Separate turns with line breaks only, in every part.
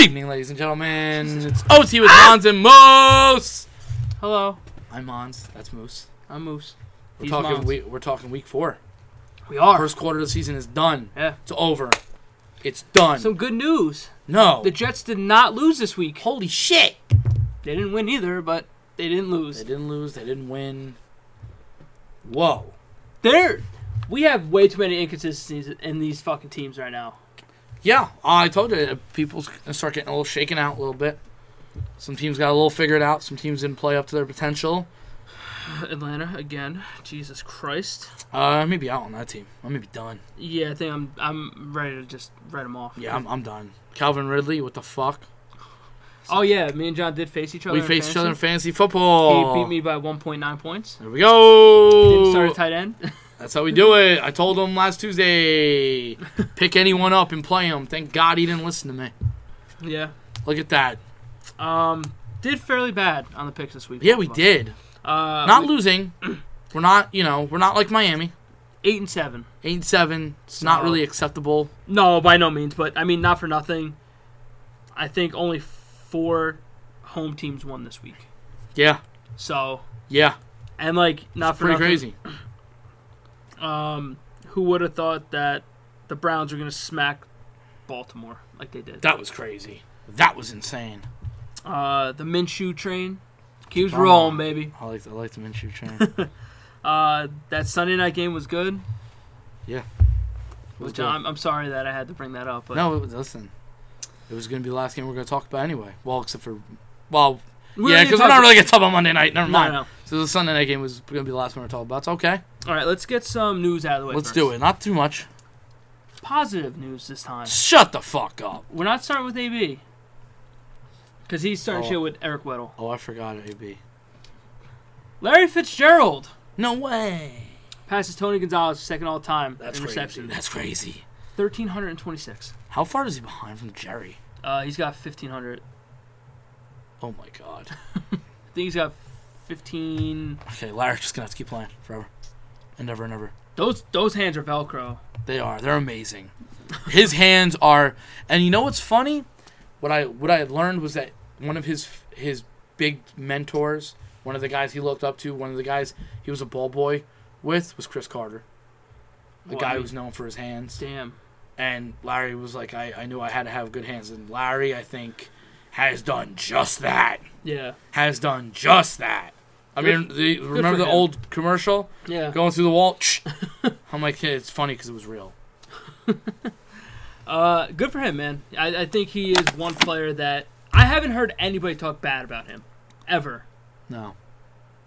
evening, ladies and gentlemen. It's OT with Mons and Moose.
Hello,
Ah! I'm Mons. That's Moose.
I'm Moose.
We're
He's
talking.
Mons.
We, we're talking week four.
We are.
First quarter of the season is done.
Yeah.
It's over. It's done.
Some good news.
no.
The Jets did not lose this week.
Holy shit!
They didn't win either, but they didn't
They
lose.
didn't lose. They didn't win. Whoa.
They're. We have way too many inconsistencies in these fucking teams right now.
Yeah, I told you. uh, People's gonna start getting a little shaken out a little bit. Some teams got a little figured out. Some teams didn't play up to their potential.
Atlanta again. Jesus Christ.
Uh, I may be out on that team. I may be done.
Yeah, I think I'm. I'm ready to just write them off.
Yeah, I'm, I'm done. Calvin Ridley, what the fuck?
Oh yeah, me and John did face each other.
We
in
faced each other in
fantasy.
fantasy football.
He beat me by 1.9 points.
There we go.
Didn't start a tight end.
That's how we do it. I told him last Tuesday, pick anyone up and play him. Thank God he didn't listen to me.
yeah.
Look at that.
Um. Did fairly bad on the picks this week.
Yeah, we
But,
did.
Uh,
Not
we-
losing. We're not, you know, we're not like Miami.
eight and seven.
Eight and seven. It's not
No.
really acceptable.
No, by no means, but I mean, not for nothing. I think only four home teams won this week.
Yeah,
So,
yeah.
and like, not for
Pretty
nothing.
crazy.
Um, who would have thought that the Browns were going to smack Baltimore like they did?
That was crazy. That was insane.
Uh, the Minshew train keeps
on.
rolling, baby.
I like I like the Minshew train.
Uh, that Sunday night game was good.
Yeah. was
Which
good.
I'm, I'm sorry that I had to bring that up, but
no, it was, listen. It was going to be the last game we are going to talk about anyway. Well, except for, well,
We
yeah,
already
because we're not
talked-
really going to talk about Monday night. Never
No,
mind.
no.
So the Sunday night game was going to be the last one we're talking about. It's okay.
All right, let's get some news out of the way.
Let's
first.
do it. Not too much.
Positive news this time.
Shut the fuck up.
We're not starting with AB. Because he's starting
Oh.
shit with Eric Weddle.
Oh, I forgot AB.
Larry Fitzgerald
No way.
passes Tony Gonzalez second all time
That's
in
crazy.
reception.
That's crazy.
1,326.
How far is he behind from Jerry?
Uh, he's got 1,500.
Oh my god.
I think he's got 15.
Okay, Larry's just gonna have to keep playing forever, and never and ever.
Those those hands are Velcro.
They are. They're amazing. His hands are, and you know what's funny? What I what I had learned was that one of his his big mentors, one of the guys he looked up to, one of the guys he was a ball boy with, was Chris Carter, the
Well, I
guy
mean,
who's known for his hands.
Damn.
And Larry was like, I, I knew I had to have good hands. And Larry, I think, has done just that.
Yeah.
Has done just that. I mean,
Good-
the, remember
for
the
him.
old commercial
Yeah.
going through the wall? I'm like, yeah, it's funny because it was real.
Uh, good for him, man. I, I think he is one player that I haven't heard anybody talk bad about him. Ever.
No,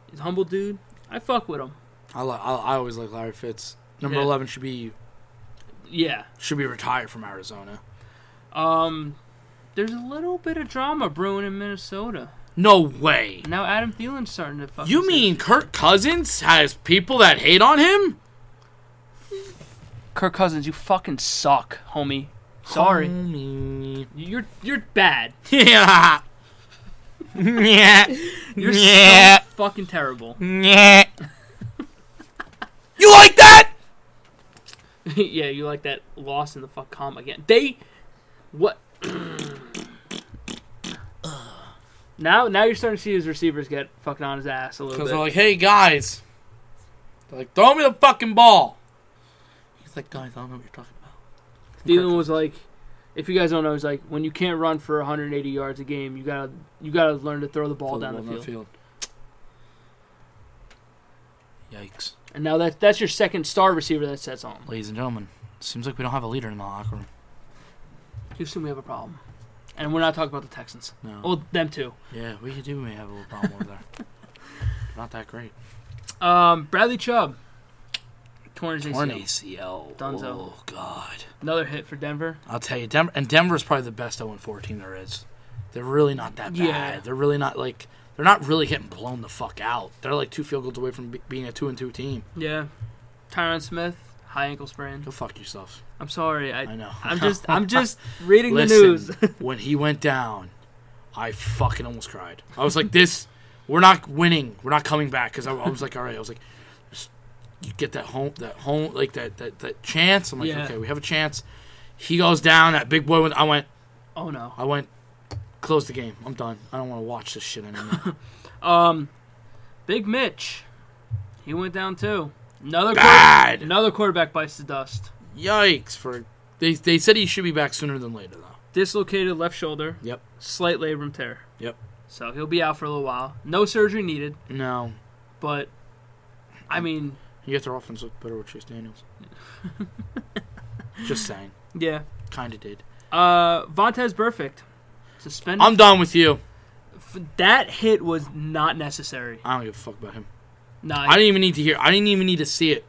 He's a humble dude. I fuck with him.
I li- I, I always like Larry Fitz. Number
Yeah.
eleven should be
Yeah.
should be retired from Arizona.
Um, there's a little bit of drama brewing in Minnesota.
No way.
Now Adam Thielen's starting to fucking.
You
say-
mean Kirk Cousins has people that hate on him?
Kirk Cousins? You fucking suck, homie. Sorry,
Homie.
Um, you're you're bad.
yeah. yeah.
You're
Yeah.
so fucking terrible.
Yeah. you like that?
yeah, you like that loss in the fuck com again. They, what? now now you're starting to see his receivers get fucking on his ass a little
Because
bit.
they're like, hey guys, they're like throw me the fucking ball. He's like, guys, I don't know what you're talking about.
Thielen was like, if you guys don't know, he's like, when you can't run for 180 yards a game, you gotta you gotta learn to throw the ball
Throw
down the
ball
field.
Yikes,
And now that that's your second star receiver that sets on.
ladies and gentlemen. Seems like we don't have a leader in the locker room.
Houston, we have a problem. And we're not talking about the Texans.
No.
Well, them too.
Yeah, we do may have a little problem over there. Not that great.
Um, Bradley Chubb. Torn his
Or an
ACL.
ACL.
Dunzo.
Oh God.
Another hit for Denver.
I'll tell you, Denver and Denver's probably the best 0 4 team there is. They're really not that bad.
Yeah.
They're really not like they're not really getting blown the fuck out. They're like two field goals away from be- being a two and two team.
Yeah. Tyron Smith, high ankle sprain.
Go fuck yourself.
I'm sorry. I,
I know.
I'm just I'm just reading the
Listen,
news.
when he went down, I fucking almost cried. I was like, "This, we're not winning. We're not coming back." Because I, I was like, "All right," I was like, just- "You get that home, that home, like that that that chance." I'm like,
Yeah.
"Okay, we have a chance." He goes down. That big boy went. I went.
Oh no.
I went. Close the game. I'm done. I don't want to watch this shit anymore.
Um, Big Mitch, he went down too. Another
Bad.
Quarter, another quarterback bites the dust.
Yikes! For they they said he should be back sooner than later though.
Dislocated left shoulder,
Yep.
slight labrum tear.
Yep.
So he'll be out for a little while. No surgery needed,
No,
but I mean,
you get their offense looked better with Chase Daniels. Just saying,
yeah.
kind of did.
Uh, Vontez perfect. Suspended.
I'm done with you.
F- that hit was not necessary.
I don't give a fuck about him.
Nah,
I didn't even need to hear. I didn't even need to see it.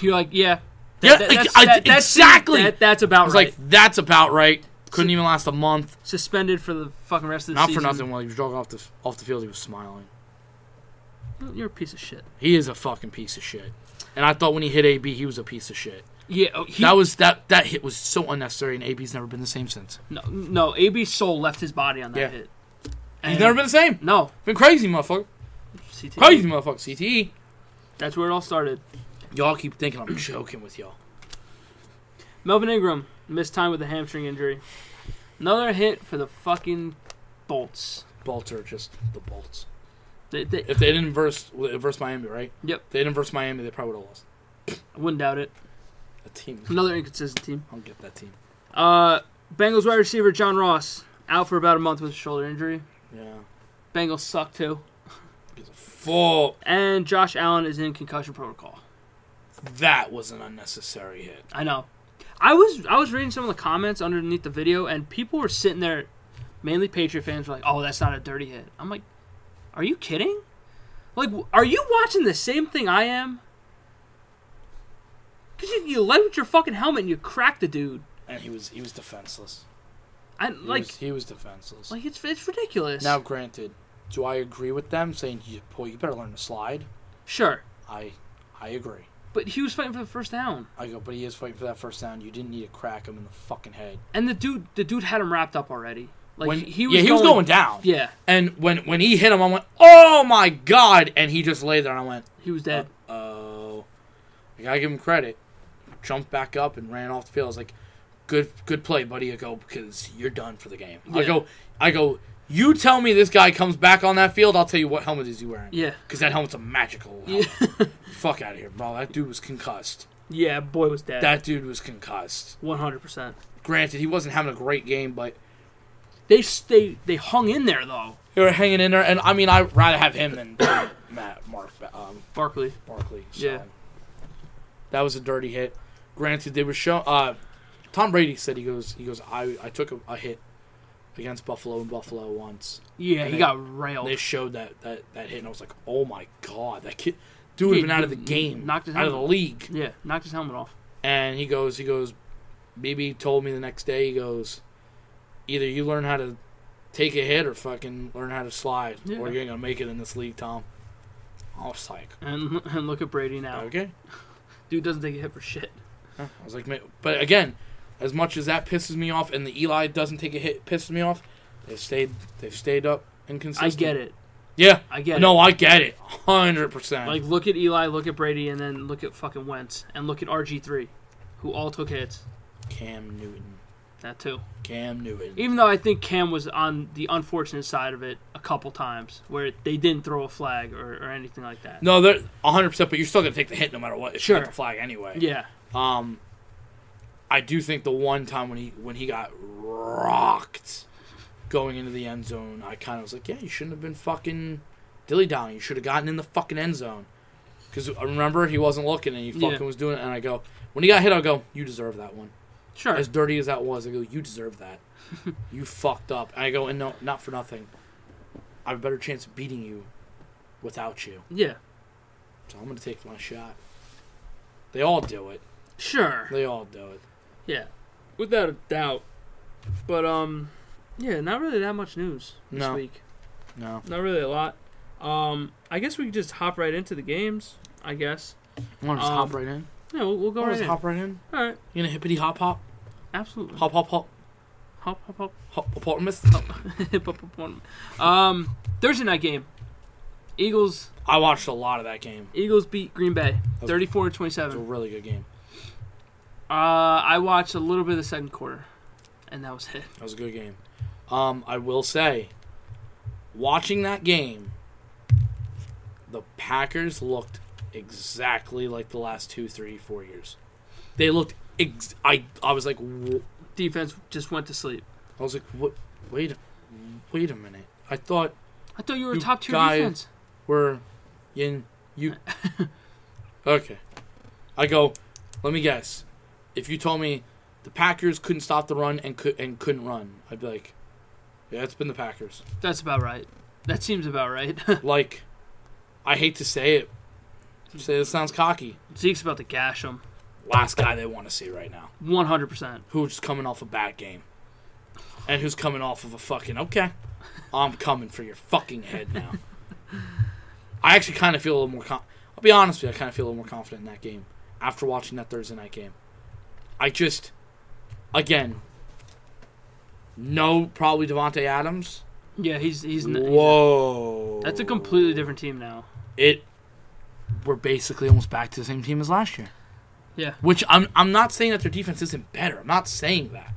you're like, yeah,
Yeah,
that's-
I-
that's-
exactly.
that- that's
I
about
was
right.
like, that's about right. Couldn't even last a month.
Suspended for the fucking rest of the
Not
season.
for nothing. While he was jogging off the off the field, he was smiling.
You're a piece of shit.
He is a fucking piece of shit. And I thought when he hit AB, he was a piece of shit.
Yeah, oh, he,
that was that that hit was so unnecessary, and AB's never been the same since.
no, no. AB Soul left his body on that
Yeah.
hit.
He's
And-
never been the same.
No,
Been crazy, motherfucker.
CTE.
Crazy, motherfucker. E. CTE.
That's where it all started.
Y'all keep thinking I'm joking with y'all.
Melvin Ingram missed time with a hamstring injury. Another hit for the fucking Bolts.
Bolts are just the bolts.
They, they,
If they didn't verse verse Miami, right?
Yep.
If they didn't verse Miami, they probably would have lost.
I wouldn't doubt it.
A team. I
Another inconsistent team.
don't get that team.
Uh, Bengals wide receiver John Ross out for about a month with a shoulder injury.
Yeah.
Bengals suck too.
Gives a fuck.
And Josh Allen is in concussion protocol.
That was an unnecessary hit.
I know. I was I was reading some of the comments underneath the video, and people were sitting there, mainly Patriot fans, were like, "Oh, that's not a dirty hit." I'm like, "Are you kidding? Like, w- are you watching the same thing I am? Cause you, you left your fucking helmet and you cracked the dude.
And he was he was defenseless.
I
He
like,
was, he was defenseless.
like it's it's ridiculous.
Now, granted, do I agree with them saying, "You- "Boy, you better learn to slide"?
sure,
I, I agree.
but he was fighting for the first down,
I go, but he is fighting for that first down. You didn't need to crack him in the fucking head.
and the dude the dude had him wrapped up already. Like
When
he, he was
yeah, he
going,
was going down.
Yeah,
And when when he hit him, I went, "Oh my god!" And he just lay there, and I went,
he was dead.
"Oh." I gotta give him credit. Jumped back up and ran off the field. I was like, "Good, good play, buddy." I go because you're done for the game. I
Yeah.
go, I go. You tell me this guy comes back on that field, I'll tell you what helmet is he wearing.
Yeah.
Because that helmet's a magical
Uh,
helmet. Fuck out of here, bro. That dude was concussed.
yeah, boy was dead.
That dude was concussed.
one hundred percent.
Granted, he wasn't having a great game, but
They s- they they hung in there though.
they were hanging in there. And I mean, I'd rather have him than Matt Mark um,
Barkley.
Barkley. So.
Yeah.
That was a dirty hit. Granted, they were show. Uh, Tom Brady said he goes. He goes. I I took a, a hit against Buffalo and Buffalo once.
Yeah,
And
he
they-
got railed.
And they showed that that that hit, and I was like, oh my god, that kid. Dude had been out of the game,
knocked his
out of the
helmet.
league.
yeah, knocked his helmet off.
And he goes, he goes, BB told me the next day, he goes, either you learn how to take a hit or fucking learn how to slide,
Yeah.
or you ain't gonna make it in this league, Tom. I was like,
And and look at Brady now.
okay.
Dude doesn't take a hit for shit.
I was like, ma- but again, as much as that pisses me off, and the Eli doesn't take a hit pisses me off, they've stayed, they've stayed up
I
inconsistent.
get it.
Yeah,
I get
no, I get it, hundred
it.
percent.
Like look at Eli, look at Brady, and then look at fucking Wentz and look at RG three, who all took hits.
Cam Newton,
That too.
Cam Newton.
Even though I think Cam was on the unfortunate side of it a couple times, where they didn't throw a flag or, or anything like that.
No, they're hundred percent, but you're still gonna take the hit no matter what. It's sure,
Sure.
the flag anyway.
Yeah.
Um, I do think the one time when he when he got rocked going into the end zone, I kind of was like, yeah, you shouldn't have been fucking dilly dallying. You should have gotten in the fucking end zone. Because I remember he wasn't looking and he fucking
Yeah.
was doing it. And I go, when he got hit, I go, you deserve that one.
Sure.
As dirty as that was, I go, you deserve that. you fucked up. And I go, and no, not for nothing. I have a better chance of beating you without you.
Yeah.
So I'm going to take my shot. They all do it.
Sure.
They all do it.
Yeah, without a doubt. But um, yeah, not really that much news this
No.
week.
No.
Not really a lot. Um, I guess we could just hop right into the games. I guess.
Want to just
Um,
hop right in?
Yeah, we'll, we'll go
Wanna
right
just
in.
hop right in?
All right,
You gonna hippity hop hop
absolutely.
hop hop hop
hop, hop, hop.
hop hippopotamus?
Hip, hop, hop, one. Um, Thursday night game. Eagles.
I watched a lot of that game.
Eagles beat Green Bay,
was-
thirty-four to
It's a
twenty-seven.
really good game.
Uh, I watched a little bit of the second quarter, and that was it.
That was a good game. Um, I will say, watching that game, the Packers looked exactly like the last two, three, four years. They looked. Ex- I I was like, wh-
Defense just went to sleep.
I was like, what? Wait, wait a minute. I thought
I thought you were
You
a top tier
guys-
defense.
we're in you. okay, I go. Let me guess. If you told me the Packers couldn't stop the run and could and couldn't run, I'd be like, yeah, it's been the Packers.
That's about right. That seems about right.
like I hate to say it. Say it sounds cocky.
Zeke's about to gash him.
Last guy they want to see right now.
100%.
Who's coming off a bad game. And who's coming off of a fucking okay. I'm coming for your fucking head now. I actually kind of feel a little more con- I'll be honest with you, I kind of feel a little more confident in that game after watching that Thursday night game. I just again no probably Devonte Adams.
Yeah, he's he's, n- he's
Whoa.
That's a completely different team now.
it we're basically almost back to the same team as last year.
Yeah.
Which I'm I'm not saying that their defense isn't better. I'm not saying that.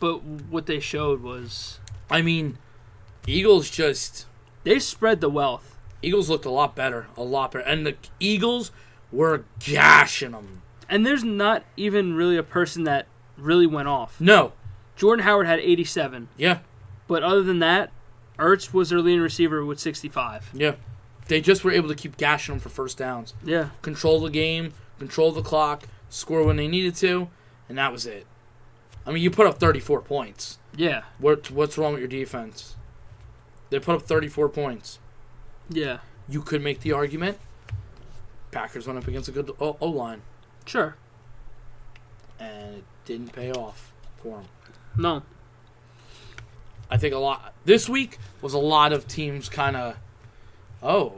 But what they showed was
I mean, Eagles just
they spread the wealth.
Eagles looked a lot better, a lot better, and the Eagles were gashing them.
And there's not even really a person that really went off.
No,
Jordan Howard had 87,
yeah,
but other than that, Ertz was their leading receiver with 65.
yeah, they just were able to keep gashing them for first downs,
Yeah.
control the game, control the clock, score when they needed to, and that was it. I mean, you put up 34 points.
Yeah.
What what's wrong with your defense? They put up 34 points.
Yeah.
you could make the argument Packers went up against a good O line
Sure.
and it didn't pay off for them.
No.
I think a lot this week was a lot of teams kind of oh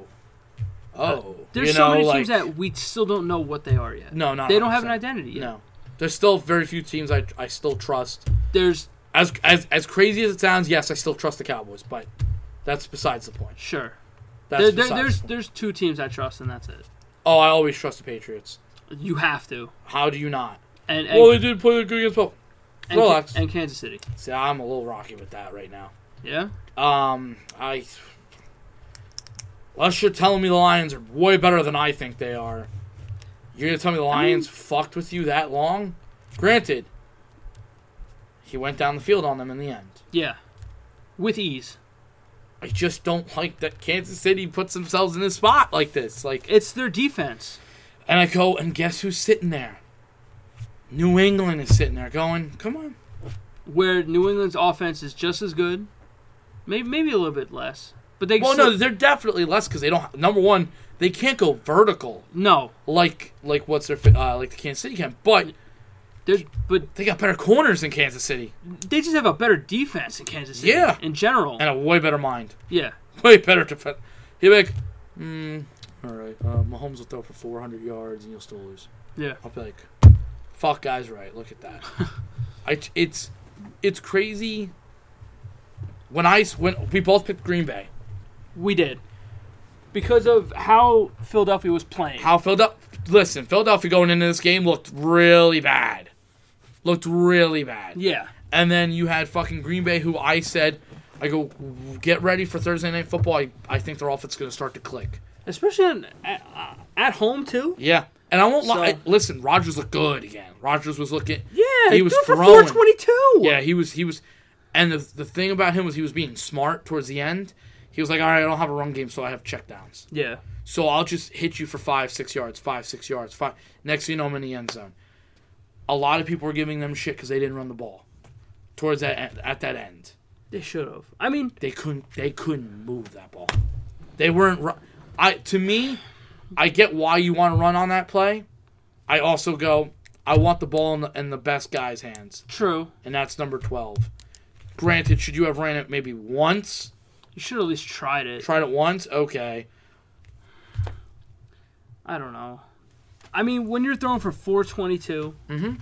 oh
Uh, There's
you
so
know,
many
like-
teams that we still don't know what they are yet.
no not
They don't have an
100%.
identity yet.
No, there's still very few teams I I still trust.
There's
As as as crazy as it sounds, yes, I still trust the Cowboys, but that's besides the point.
sure.
That's
There, there-
besides
there's
the point.
there's two teams I trust and that's it.
Oh, I always trust the Patriots.
You have to.
How do you not?
And and,
Well, they did play good against. Well,
and,
relax.
and Kansas City.
see, I'm a little rocky with that right now.
Yeah.
Um, I. Unless you're telling me the Lions are way better than I think they are, you're gonna tell me the Lions fucked with you that long? Granted, he went down the field on them in the end.
Yeah. With ease.
I just don't like that Kansas City puts themselves in a spot like this. Like,
It's their defense.
and I go and guess who's sitting there? New England is sitting there going, "Come on,
where New England's offense is just as good, maybe maybe a little bit less, but they
well,
still-
no, they're definitely less because they don't. Number one, they can't go vertical
no
like like what's their fa- uh, like the Kansas City can, but."
they're but
They got better corners in Kansas City
they just have a better defense in Kansas City.
Yeah.
in general,
and a way better mind,
yeah,
way better defense. He'd be like, mm, all right, uh, Mahomes will throw for 400 yards and you'll still lose.
yeah,
I'll be like, fuck, guys, right? Look at that. I, it's it's crazy. When I s- when we both picked Green Bay,
we did because of how Philadelphia was playing.
how Philadelphia? Listen, Philadelphia going into this game looked really bad. Looked really bad.
yeah,
And then you had fucking Green Bay, who I said, I go, get ready for Thursday Night Football. I, I think their offense is going to start to click.
especially on, at, uh, at home too.
Yeah. And I won't lie.
So-
Listen, Rodgers looked good again. Rodgers was looking.
Yeah,
He was
threw for
throwing.
422.
Yeah, he was. He was. And the, the thing about him was he was being smart towards the end. He was like, all right, I don't have a run game, so I have checkdowns.
yeah,
So I'll just hit you for five, six yards, five, six yards, five. Next thing you know, I'm in the end zone. A lot of people were giving them shit because they didn't run the ball towards that end, at that end
they should have. I mean,
they couldn't they couldn't move that ball. They weren't. ru- I to me, I get why you want to run on that play. I also go. I want the ball in the, in the best guy's hands,
true.
and that's number twelve. Granted, should you have ran it maybe once?
You should at least tried it.
Tried it once, okay.
I don't know. I mean, when you're throwing for 422,
Mm-hmm.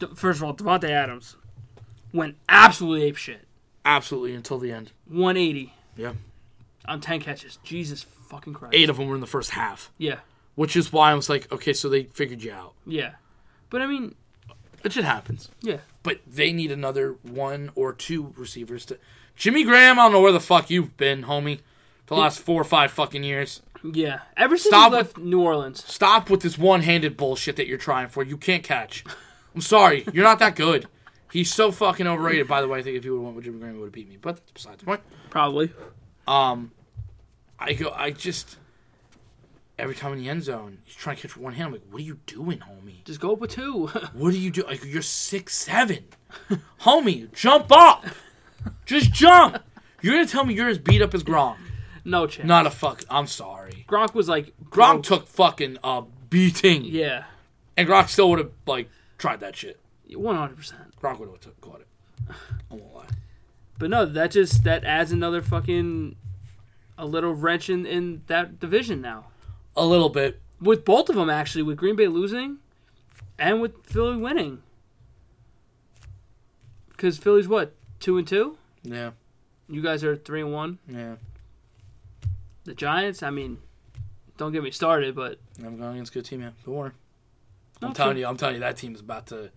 th- first of all, Devontae Adams went absolutely apeshit.
Absolutely until the end.
180
Yeah,
on 10 catches. Jesus fucking Christ.
eight of them were in the first half,
Yeah,
which is why I was like, okay, so they figured you out.
yeah. But I mean,
It shit happens.
Yeah.
But they need another one or two receivers to. Jimmy Graham, I don't know where the fuck you've been, homie, the last four or five fucking years.
Yeah. Ever since
Stop
he left New Orleans.
Stop with this one handed bullshit that you're trying for. You can't catch. I'm sorry. You're not that good. He's so fucking overrated, by the way. I think if you would have went with Jimmy Graham, he would have beat me. But that's besides the point.
Probably.
Um, I go. I just every time in the end zone, he's trying to catch one hand. I'm like, what are you doing, homie?
Just go up with two.
What are you doing? Like, you're six seven, homie. Jump up. Just jump. You're gonna tell me you're as beat up as Gronk?
no chance.
Not a fuck. I'm sorry.
Gronk was like
Gronk took fucking a beating,
Yeah.
and Gronk still would have like tried that shit.
One hundred percent.
Gronk would have caught it. I won't lie.
But no, that just that adds another fucking a little wrench in, in that division now.
A little bit.
With both of them actually, with Green Bay losing and with Philly winning. Cuz Philly's what? 2 and 2?
Yeah.
You guys are 3 and 1.
Yeah.
The Giants, I mean, don't get me started, but
I'm going against a good team. Yeah. Don't worry. I'm
Okay.
telling you. I'm telling you. That team is about to.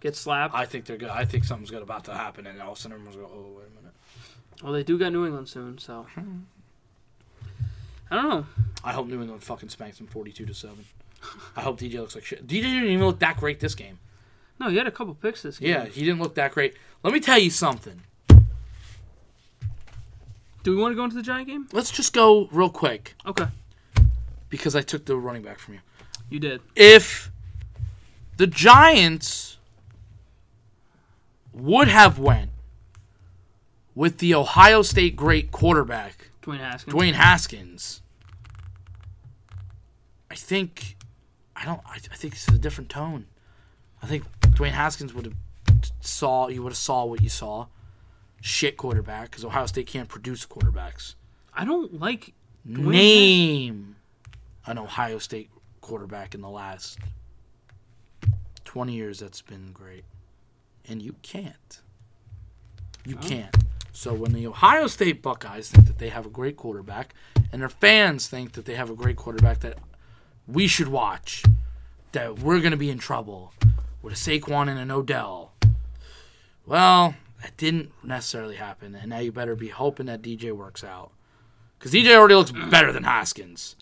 get slapped.
I think they're good. I think something's good about to happen, and all of a sudden everyone's going, "Oh, wait a minute."
Well, they do got New England soon, so I don't know.
I hope New England fucking spanks them forty-two to seven. I hope DJ looks like shit. DJ didn't even look that great this game.
No, he had a couple picks this game.
Yeah, he didn't look that great. Let me tell you something.
Do we want to go into the Giant game?
Let's just go real quick
Okay,
because I took the running back from you.
you did.
If the Giants would have went with the Ohio State great quarterback
Dwayne Haskins.
Dwayne Haskins. I think, I don't. I, I think it's a different tone. I think Dwayne Haskins would have saw you would have saw what you saw. Shit quarterback because Ohio State can't produce quarterbacks.
I don't like. Dwayne Has-
Name an Ohio State quarterback in the last twenty years that's been great, and you can't. You can't. So when the Ohio State Buckeyes think that they have a great quarterback, and their fans think that they have a great quarterback that we should watch, that we're going to be in trouble with a Saquon and an Odell. Well, that didn't necessarily happen, and now you better be hoping that DJ works out. Because DJ E already looks better than Hoskins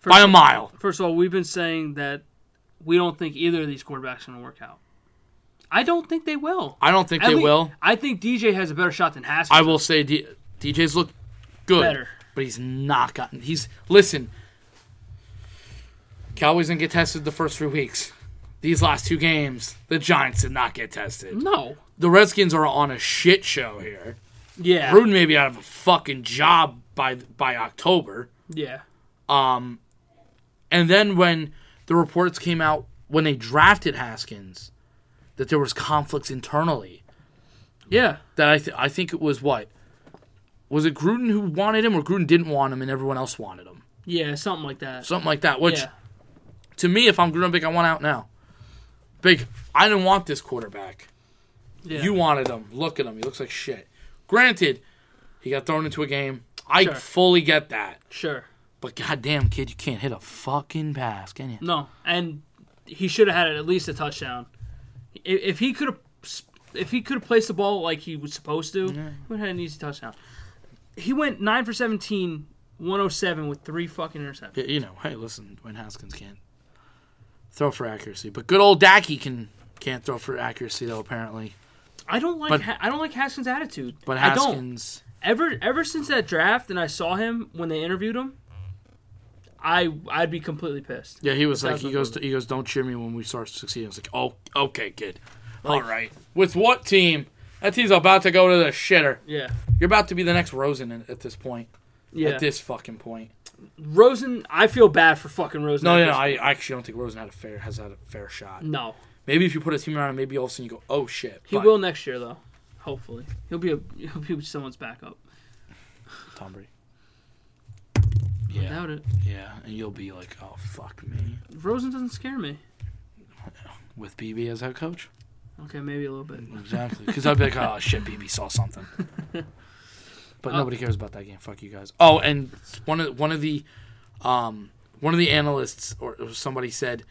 First,
by a mile.
first of all, we've been saying that we don't think either of these quarterbacks are going to work out. I don't think they will.
I don't think
At
they
lea-
will.
I think DJ has a better shot than Haskins.
I will say D- DJ's looked good,
Better.
but he's not gotten. He's listen. Cowboys didn't get tested the first three weeks. These last two games, the Giants did not get tested.
No.
The Redskins are on a shit show here.
Yeah.
Gruden may be out of a fucking job by by October.
Yeah.
And then when the reports came out when they drafted Haskins, that there was conflicts internally.
Yeah.
That I th- I think it was what was it Gruden who wanted him or Gruden didn't want him and everyone else wanted him,
Yeah. Something like that.
something like that. Which
yeah.
to me, if I'm Gruden, big, I want out now. Big, I didn't want this quarterback.
Yeah.
You wanted him. Look at him. He looks like shit. Granted, he got thrown into a game. I
Sure.
fully get that.
sure.
But goddamn, kid, you can't hit a fucking pass, can you?
No, and he should have had at least a touchdown. I- If he could have, if he could have placed the ball like he was supposed to, he would have had an easy touchdown. He went nine for 17, 107 with three fucking interceptions.
Yeah, you know, hey, listen, Dwayne Haskins can't throw for accuracy, but good old Dacky can can't throw for accuracy though. Apparently,
I don't like
But-
Ha- I don't like Haskins' attitude.
but
I don't
Haskins,
ever ever since that draft and I saw him when they interviewed him. I I'd be completely pissed.
yeah, he was like, he
Thousand
goes, he goes, don't cheer me when we start succeeding. I was like, oh, okay, kid, all right. With what team? That team's about to go to the shitter.
Yeah,
You're about to be the next Rosen in- at this point.
yeah.
At this fucking point.
Rosen, I feel bad for fucking Rosen.
No, no, no
at this-
I, I actually don't think Rosen had a fair has had a fair shot.
no.
Maybe if you put a team around him, maybe all of a sudden you go, oh shit.
He
but-
will next year, though. Hopefully, he'll be a he'll be someone's backup.
Tom Brady.
I
Yeah,
doubt it.
yeah, and you'll be like, oh fuck me.
Rosen doesn't scare me.
with BB as head coach.
Okay, maybe a little bit.
Exactly. Because I'd be like, oh shit, BB saw something. But
Uh,
nobody cares about that game. Fuck you guys. Oh, and one of one of the, um, one of the analysts or or somebody said,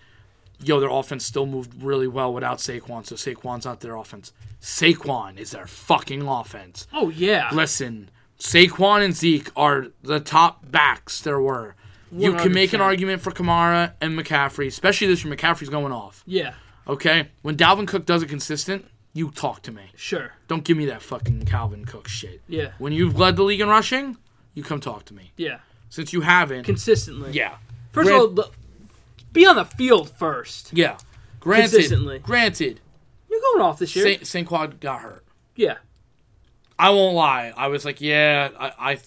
yo, their offense still moved really well without Saquon, so Saquon's not their offense. Saquon is their fucking offense.
Oh yeah.
Listen, Saquon and Zeke are the top backs there were. You can make an
100%.
argument for Kamara and McCaffrey, especially this year. McCaffrey's going off.
yeah.
Okay, when Dalvin Cook does it consistent, you talk to me.
Sure.
Don't give me that fucking Calvin Cook shit.
Yeah.
When you've led the league in rushing, you come talk to me.
Yeah.
Since you haven't,
Consistently.
yeah,
First
Grant-
of all, look, be on the field first.
yeah. Granted,
Consistently.
granted,
You're going off this year.
Saint, Saint Quad got hurt.
Yeah.
I won't lie. I was like, yeah, I, I,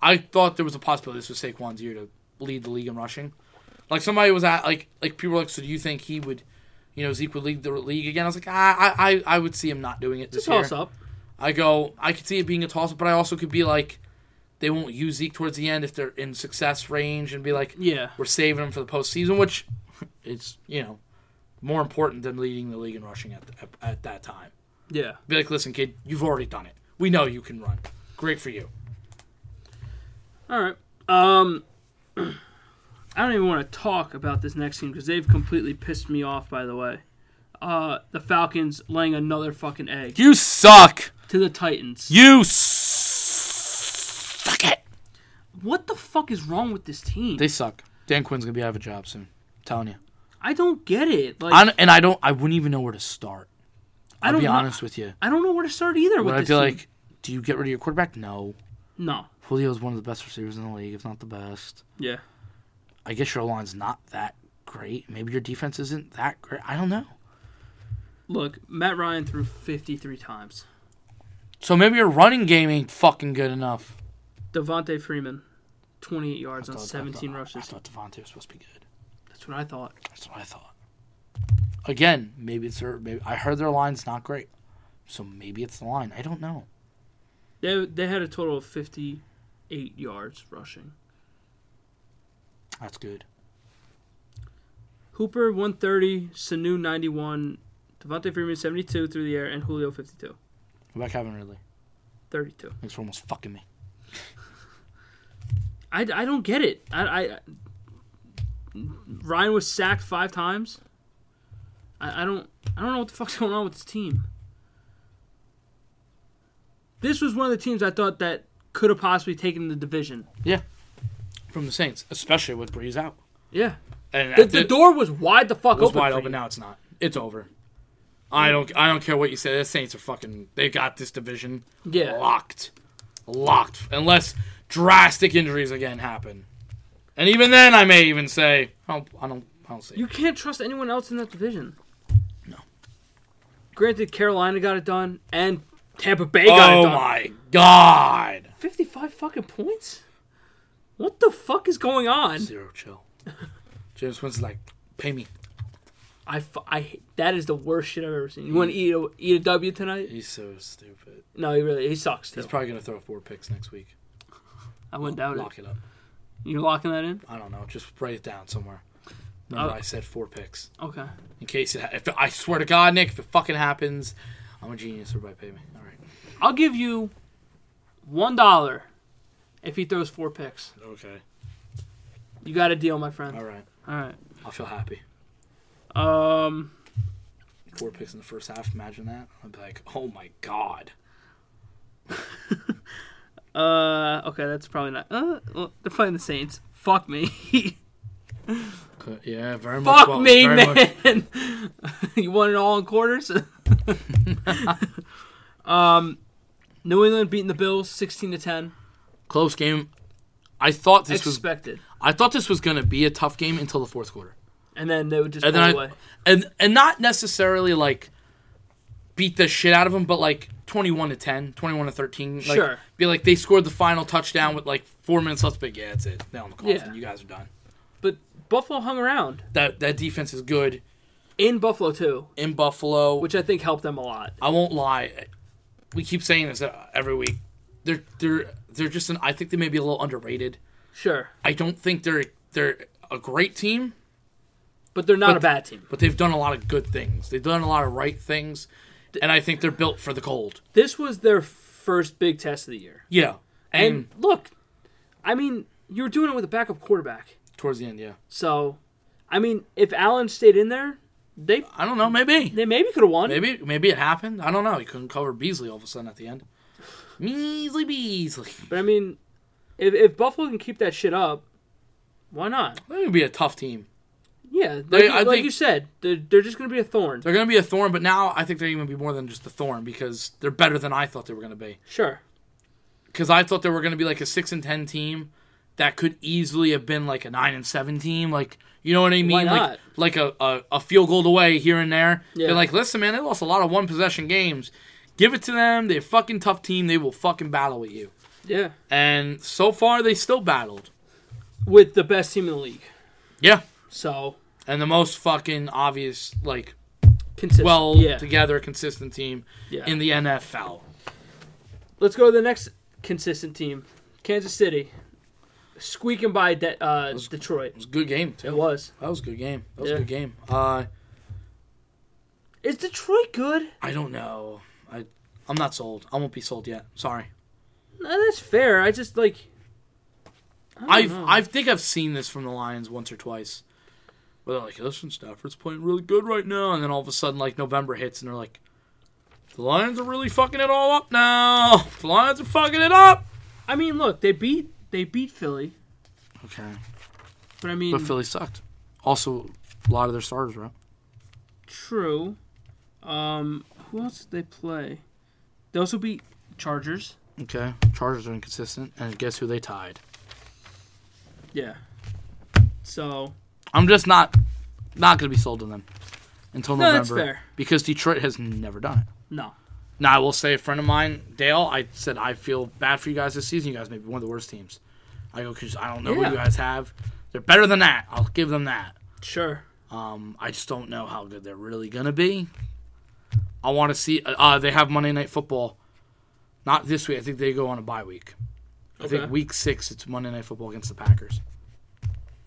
I thought there was a possibility this was Saquon's year to lead the league in rushing. Like somebody was at like like people were like, so do you think he would, you know, Zeke would lead the league again? I was like, ah, I I, I would see him not doing it this year.
Toss up.
I go, I could see it being a toss up, but I also could be like, they won't use Zeke towards the end if they're in success range and be like,
Yeah.
we're saving him for the postseason, which is you know more important than leading the league in rushing at the, at, at that time.
Yeah.
Be like, listen, kid, you've already done it. We know you can run. Great for you.
All right. Um, I don't even want to talk about this next team because they've completely pissed me off. By the way, uh, the Falcons laying another fucking egg
You suck.
to the Titans.
You suck it.
What the fuck is wrong with this team?
They suck. Dan Quinn's gonna be out of a job soon. telling you.
I don't get it. Like
I don't- and I don't. I wouldn't even know where to start.
I
I'll
don't
be
know-
honest with you.
I don't know where to start either with
But I'd
this
be
team.
like, do you get rid of your quarterback? No.
no.
Julio's one of the best receivers in the league, if not the best.
Yeah.
I guess your line's not that great. Maybe your defense isn't that great. I don't know.
Look, Matt Ryan threw 53 times.
So maybe your running game ain't fucking good enough.
Devontae Freeman, 28 yards on
Thought- I
17
thought- I
rushes.
thought Devontae was supposed to be good.
That's what I thought.
That's what I thought. Again, maybe it's their. Maybe I heard their line's not great, so maybe it's the line. I don't know.
They they had a total of 58 yards rushing.
That's good.
Hooper 130, Sanu 91, Devontae Freeman 72 through the air, and Julio 52,
What about Calvin Ridley?
32.
Thanks for almost fucking me.
I, I don't get it. I, I Ryan was sacked five times. I, I don't I don't know what the fuck's going on with this team. This was one of the teams I thought that could have possibly taken the division.
From the Saints, especially with Breeze out,
Yeah,
and
the,
at
the
the-
door was wide the fuck
it was
open.
wide
for
open.
you.
Now it's not. It's over. I don't. I don't care what you say. The Saints are fucking. They got this division
Yeah,
locked, locked. Unless drastic injuries again happen, and even then, I may even say, I don't. I don't. I don't see. it.
you can't trust anyone else in that division.
No.
Granted, Carolina got it done, and Tampa Bay got it
oh
done.
my god.
Fifty-five fucking points. What the fuck is going on?
Zero chill. James Winston's like, pay me.
I, fu- I h- that is the worst shit I've ever seen. You want to eat a, eat a W tonight?
He's so stupid.
No, he really he sucks too.
He's probably gonna throw four picks next week.
I wouldn't doubt it.
Lock it up.
You're locking that in?
I don't know. Just write it down somewhere. Remember,
Oh.
I said four picks
Okay.
in case it. Ha- if I swear to God, Nick, if it fucking happens, I'm a genius. Everybody pay me. All right.
I'll give you one dollar if he throws four picks.
Okay.
You got a deal, my friend.
All right.
All
I'll feel happy.
right. Um.
Four picks in the first half. Imagine that. I'd be like, oh my god.
Uh. Okay, that's probably not. Uh. Well, they're playing the Saints. Fuck me.
Could- Yeah, very much.
Fuck
well-
me,
very much-
man. you want it all in quarters? um. New England beating the Bills, sixteen to ten.
Close game. I thought this was.
Expected.
I thought this was gonna be a tough game until the fourth quarter.
And then they would just
and
pull
then I,
away.
and and not necessarily like beat the shit out of them, but like 21 to 10, 21 to 13. Like,
Sure.
Be like they scored the final touchdown with like four minutes left, but yeah, that's it. Now I'm coughing.
Yeah.
You guys are done.
But Buffalo hung around
That that defense is good
in Buffalo too,
in Buffalo. Which
which I think helped them a lot.
I won't lie, we keep saying this uh, every week. They're they're they're just an. I think they may be a little underrated.
Sure,
I don't think they're they're a great team.
but they're not
But-
a bad team.
But they've done a lot of good things. They've done a lot of right things, and I think they're built for the cold.
This was their first big test of the year.
Yeah, and
And look, I mean, you were doing it with a backup quarterback,
Towards the end, yeah.
so I mean, if Allen stayed in there, they
I don't know. Maybe.
they maybe could have won.
Maybe. Maybe it happened. I don't know. He couldn't cover Beasley all of a sudden at the end. Measley Beasley.
But I mean, if, if Buffalo can keep that shit up, why not?
That would be a tough team.
Yeah, like,
They-
you,
I
like
think-
you said, they're, they're just going to be a thorn.
They're going to be a thorn, but now I think they're even be more than just a thorn because they're better than I thought they were going to be.
Sure.
because I thought they were going to be like a six and ten team that could easily have been like a nine and seven team. Like you know what I mean?
not?
Like like a, a, a field goal away here and there.
Yeah.
They're like, listen, man, they lost a lot of one possession games. Give it to them. They're a fucking tough team. They will fucking battle with you.
Yeah.
And so far, they still battled.
With the best team in the league.
Yeah.
So,
And the most fucking obvious, like,
consistent.
well
yeah.
together, consistent team
yeah.
in the NFL.
Let's go to the next consistent team Kansas City. Squeaking by De- uh, Detroit.
It was a good game,
It
too.
was.
That was a good game. That was
Yeah.
a good game. Uh,
Is Detroit good?
I don't know. I I'm not sold. I won't be sold yet. Sorry.
No, that's fair. I just, like. I
I've
don't know.
I think I've seen this from the Lions once or twice. Where they're like, listen, Stafford's playing really good right now, and then all of a sudden like November hits and they're like the Lions are really fucking it all up now. The Lions are fucking it up.
I mean, look, they beat they beat Philly,
Okay.
but I mean,
But Philly sucked. Also, a lot of their starters were up.
true. Um, who else did they play? They also beat Chargers.
Okay. Chargers are inconsistent, and guess who they tied?
Yeah. So
I'm just not not gonna be sold on them until
No,
November.
that's fair.
Because Detroit has never done it.
no,
Now, I will say, a friend of mine, Dale, I said, I feel bad for you guys this season. You guys may be one of the worst teams. I go, because I don't know
Yeah.
what you guys have. They're better than that. I'll give them that.
sure.
Um, I just don't know how good they're really going to be. I want to see. Uh, uh, they have Monday Night Football. Not this week. I think they go on a bye week. I
Okay.
think week six, it's Monday Night Football against the Packers.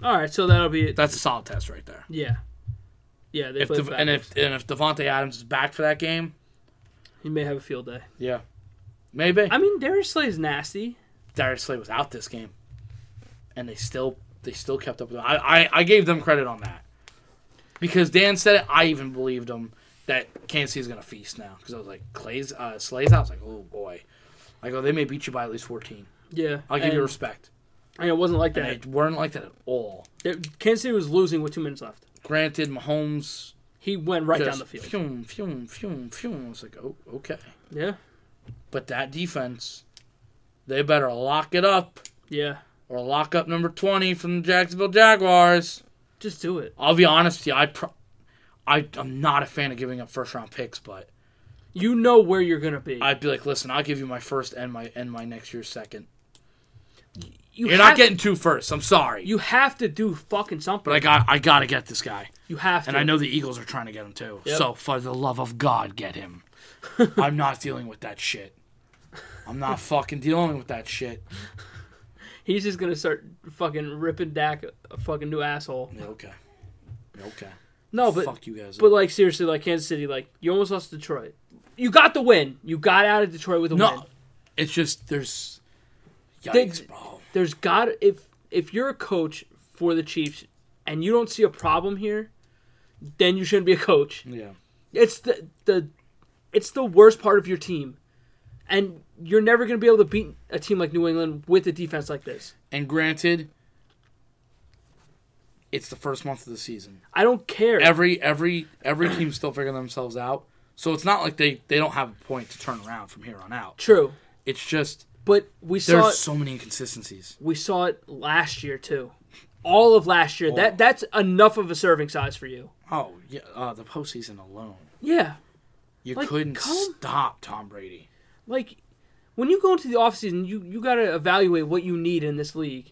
All right, so that'll be it.
That's a solid test right there.
yeah, yeah. They
If
play
Dev-
the
and
Falcons.
if and if Devontae Adams is back for that game,
he may have a field day.
yeah, maybe.
I mean, Darius Slay is nasty.
Darius Slay was out this game, and they still they still kept up with. Him. I, I I gave them credit on that because Dan said it. I even believed him that Kansas City's gonna feast now because I was like Clay's uh, Slay's out. I was like, oh boy, I go they may beat you by at least fourteen.
Yeah,
I'll give
and,
you respect.
and it wasn't like
And
that.
they weren't like that at all.
They- Kansas City was losing with two minutes left.
Granted, Mahomes
He went right
just
down the field.
Fume, fume, fume, fume. I was like, oh okay,
Yeah,
but that defense, they better lock it up
yeah.
or lock up number twenty from the Jacksonville Jaguars.
Just do it.
I'll be honest with you. I, pro- I I'm not a fan of giving up first round picks, but
You know where you're gonna be.
I'd be like, listen, I'll give you my first and my and my next year's second.
you
You're
have,
not getting two firsts. I'm sorry,
You have to do fucking something.
but I got I gotta get this guy,
you have to.
and I know the Eagles are trying to get him too.
Yep.
So for the love of God, get him. I'm not dealing with that shit. I'm not fucking dealing with that shit.
he's just gonna start fucking ripping Dak a- a fucking new asshole.
Yeah, okay, Yeah, okay.
No, but
Fuck you guys.
But like seriously, like Kansas City, like you almost lost to Detroit. You got the win. You got out of Detroit with a win.
no, it's just there's yikes, bro.
There's got if if you're a coach for the Chiefs and you don't see a problem here, then you shouldn't be a coach.
Yeah,
It's the the it's the worst part of your team. And you're never going to be able to beat a team like New England with a defense like this.
and granted, it's the first month of the season.
I don't care.
every every every team's still figuring themselves out. So it's not like they they don't have a point to turn around from here on out.
True,
It's just
but we
there's
saw it,
so many inconsistencies.
we saw it last year too. All of last year. That that's enough of a serving size for you.
Oh yeah, uh, the postseason alone,
Yeah.
you
Like,
couldn't
come-
stop Tom Brady.
like when you go into the offseason you you got to evaluate what you need in this league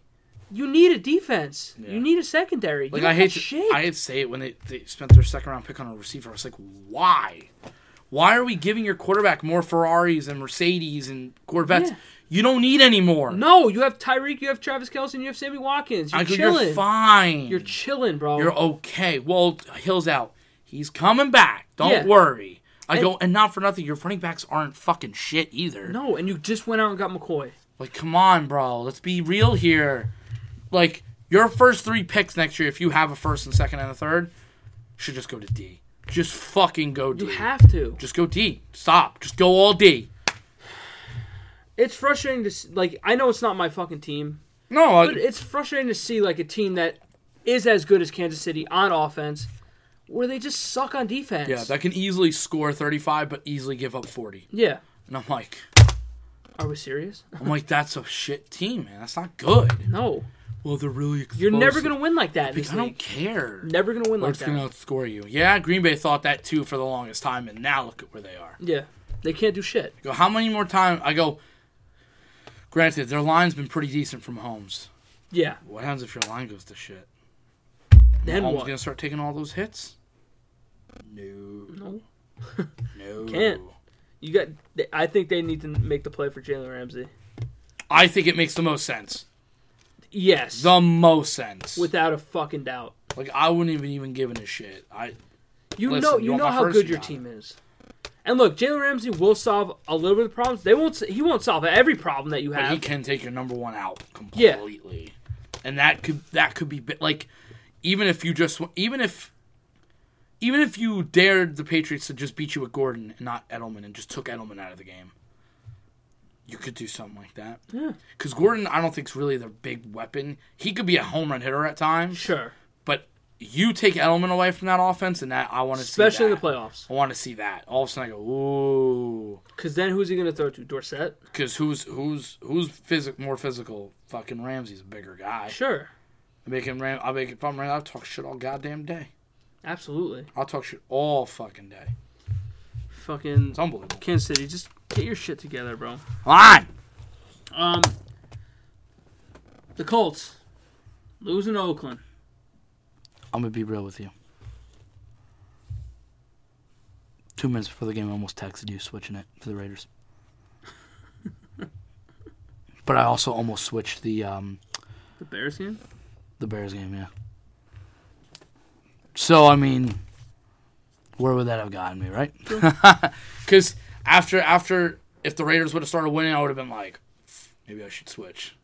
you need a defense
Yeah.
you need a secondary
Like
you
I hate to,
shit
I hate to say it when they, they spent their second round pick on a receiver. I was like, why? Why are we giving your quarterback more Ferraris and Mercedes and Corvettes?
Yeah.
You don't need any more.
no you have tyreek you have travis Kelce, you have sammy watkins you're
I go,
chilling
you're fine.
You're chilling bro
You're okay. Well, Hill's out. He's coming back. Don't
Yeah.
worry. I go, and not for nothing, your running backs aren't fucking shit either.
no and you just went out and got mccoy
Like, come on, bro. Let's be real here. Like, Your first three picks next year, if you have a first and second and a third, should just go to D. Just fucking go D.
You have to.
just go D. Stop. Just go all D.
It's frustrating to s like I know it's not my fucking team,
No, I-
but it's frustrating to see like a team that is as good as Kansas City on offense, where they just suck on defense.
yeah, that can easily score 35, but easily give up 40.
yeah.
And I'm like,
Are we serious?
I'm like, that's a shit team, man. That's not good.
No,
Well, they're really. Explosive.
you're never gonna win like that. in this
I
league.
don't care.
Never gonna win
We're
like
just
that.
gonna outscore you. Yeah, Green Bay thought that too for the longest time, and now look at where they are.
Yeah, they can't do shit.
I go, how many more time? I go. Granted, their line's been pretty decent from Holmes.
Yeah.
What happens if your line goes to shit?
Then
Holmes
what?
gonna start taking all those hits? No,
No.
no.
Can't. You got. they- I think they need to make the play for Jalen Ramsey.
I think it makes the most sense.
Yes,
The most sense.
without a fucking doubt.
like I wouldn't even even given a shit. I
You
Listen,
know,
you
you,
want
know
my
how
first,
good
you
your
got
team is. And look, Jalen Ramsey will solve a little bit of problems. They won't. s- He won't solve every problem that you
but he
have.
can take your number one out
Yeah.
completely, and that could that could be bi- like even if you just even if even if you dared the Patriots to just beat you with Gordon and not Edelman and just took Edelman out of the game, you could do something like that. Because Gordon, I don't think is really their big weapon. He could be a home run hitter at times,
Sure,
but you take Edelman away from that offense, and that I want to see
especially in the
that.
playoffs.
I want to see that. All of a sudden, I go, ooh.
Because then who's he going to throw to? Dorset.
Because who's who's who's physic more physical? Fucking Ramsey's a bigger guy.
Sure,
I make him Ram. I make if I'm Ram. I'll talk shit all goddamn day.
absolutely.
I'll talk shit all fucking day.
Fucking
It's unbelievable.
Kansas City, just get your shit together, bro.
Line.
Um, the Colts losing to Oakland.
I'm gonna be real with you. Two minutes before the game, I almost texted you switching it for the Raiders. but I also almost switched the um,
The Bears game.
The Bears game, yeah. So I mean, where would that have gotten me, right? Because after after if the Raiders would have started winning, I would have been like, maybe I should switch,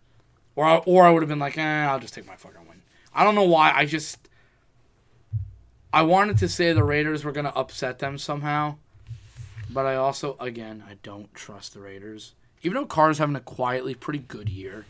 or I, or I would have been like, eh, I'll just take my fucking win. I don't know why. I just I wanted to say the Raiders were gonna upset them somehow, but I also again I don't trust the Raiders. Even though Carr's having a quietly pretty good year,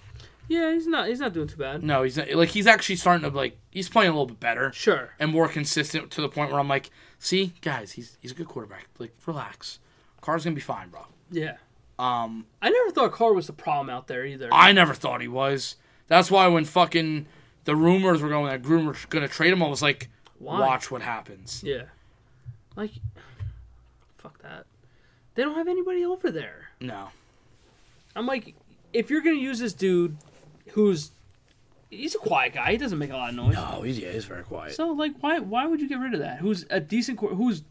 Yeah, he's not. He's not doing too bad.
no, he's like he's actually starting to like he's playing a little bit better
Sure.
and more consistent to the point where I'm like, see, guys, he's he's a good quarterback. Like, relax. Carr's gonna be fine, bro.
Yeah.
Um,
I never thought Carr was the problem out there either.
I never thought he was. That's why when fucking the rumors were going that Groomer's gonna trade him, I was like,
Why?
watch what happens.
Yeah. Like, fuck that. They don't have anybody over there.
No,
I'm like, if you're gonna use this dude, who's he's a quiet guy. He doesn't make a lot of noise.
oh, he's yeah, he's very quiet.
So like, why why would you get rid of that? Who's a decent? quar- Who's